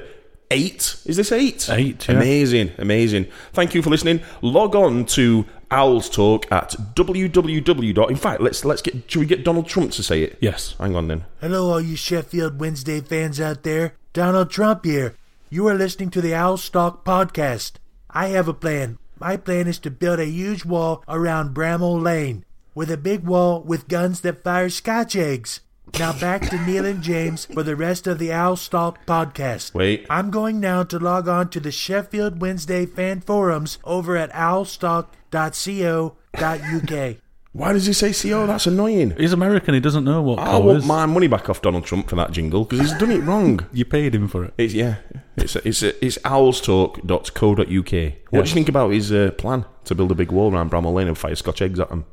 [SPEAKER 1] eight. Is this eight?
[SPEAKER 2] Eight, yeah.
[SPEAKER 1] Amazing, amazing. Thank you for listening. Log on to Owls Talk at www. In fact, let's let's get. Should we get Donald Trump to say it?
[SPEAKER 2] Yes.
[SPEAKER 1] Hang on then.
[SPEAKER 8] Hello, all you Sheffield Wednesday fans out there. Donald Trump here. You are listening to the Owl Stalk podcast. I have a plan. My plan is to build a huge wall around Bramall Lane with a big wall with guns that fire scotch eggs. Now back to Neil and James for the rest of the Owl Stalk podcast.
[SPEAKER 1] Wait.
[SPEAKER 8] I'm going now to log on to the Sheffield Wednesday fan forums over at owlstalk.co UK.
[SPEAKER 1] Why does he say CO? That's annoying.
[SPEAKER 2] He's American. He doesn't know what.
[SPEAKER 1] I
[SPEAKER 2] colour
[SPEAKER 1] want
[SPEAKER 2] is.
[SPEAKER 1] my money back off Donald Trump for that jingle because he's done it wrong.
[SPEAKER 2] you paid him for it.
[SPEAKER 1] It's, yeah, it's it's it's owlstalk.co.uk. What do
[SPEAKER 2] Yes.
[SPEAKER 1] you think about his uh, plan to build a big wall around Bramall Lane and fire Scotch eggs at them?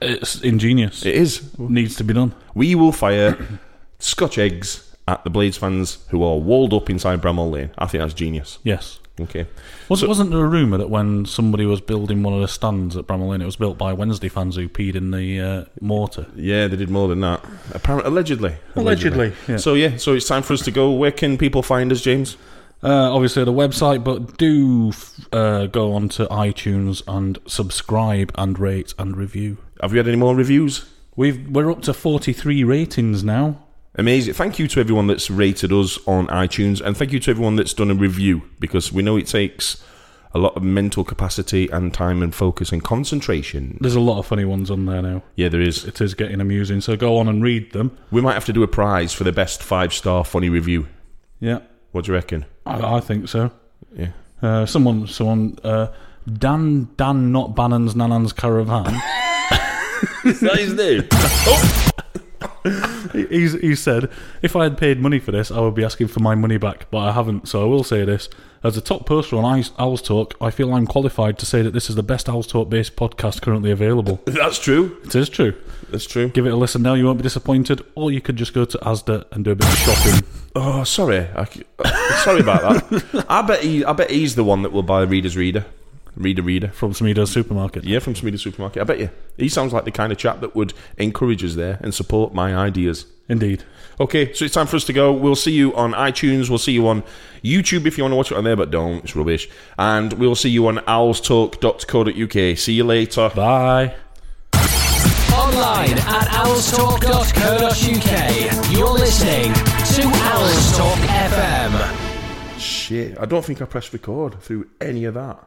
[SPEAKER 2] It's ingenious.
[SPEAKER 1] It is
[SPEAKER 2] needs to be done.
[SPEAKER 1] We will fire (coughs) Scotch eggs at the Blades fans who are walled up inside Bramall Lane. I think that's genius.
[SPEAKER 2] Yes.
[SPEAKER 1] Okay.
[SPEAKER 2] Was, wasn't there a rumour that when somebody was building one of the stands at Bramall Lane, it was built by Wednesday fans who peed in the uh, mortar?
[SPEAKER 1] Yeah, they did more than that. Apparently, allegedly.
[SPEAKER 2] Allegedly, yeah.
[SPEAKER 1] So yeah, so it's time for us to go. Where can people find us, James?
[SPEAKER 2] Uh, obviously, the website, but do f- uh, go on to iTunes and subscribe and rate and review.
[SPEAKER 1] Have you had any more reviews?
[SPEAKER 2] We've we're up to forty three ratings now.
[SPEAKER 1] Amazing. Thank you to everyone that's rated us on iTunes, and thank you to everyone that's done a review because we know it takes a lot of mental capacity and time and focus and concentration.
[SPEAKER 2] There's a lot of funny ones on there now.
[SPEAKER 1] Yeah, there is.
[SPEAKER 2] It is getting amusing, so go on and read them.
[SPEAKER 1] We might have to do a prize for the best five star funny review.
[SPEAKER 2] Yeah,
[SPEAKER 1] What do you reckon?
[SPEAKER 2] I, I think so.
[SPEAKER 1] Yeah.
[SPEAKER 2] Uh, someone, someone, uh, Dan, Dan, not Bannon's Nanan's caravan.
[SPEAKER 1] Is that his name?
[SPEAKER 2] He- He's, he said, if I had paid money for this, I would be asking for my money back, but I haven't, so I will say this. As a top poster on Owls- Owls Talk, I feel I'm qualified to say that this is the best Owls Talk based podcast currently available.
[SPEAKER 1] (laughs) That's true.
[SPEAKER 2] It is true.
[SPEAKER 1] That's true.
[SPEAKER 2] Give it a listen now, you won't be disappointed, or you could just go to Asda and do a bit of shopping.
[SPEAKER 1] Oh, sorry. I c- uh, sorry about (laughs) that. I bet he. I bet he's the one that will buy Reader's Reader. Reader Reader.
[SPEAKER 2] From Smido's supermarket.
[SPEAKER 1] Yeah, from Smeedy Supermarket. I bet you. He sounds like the kind of chap that would encourage us there and support my ideas.
[SPEAKER 2] Indeed.
[SPEAKER 1] Okay, so it's time for us to go. We'll see you on iTunes. We'll see you on YouTube if you want to watch it on there, but don't. It's rubbish. And we'll see you on owlstalk.co.uk. See you later.
[SPEAKER 2] Bye.
[SPEAKER 5] Online at owlstalk.co.uk. You're listening to Owls Talk FM.
[SPEAKER 1] Shit, I don't think I pressed record through any of that.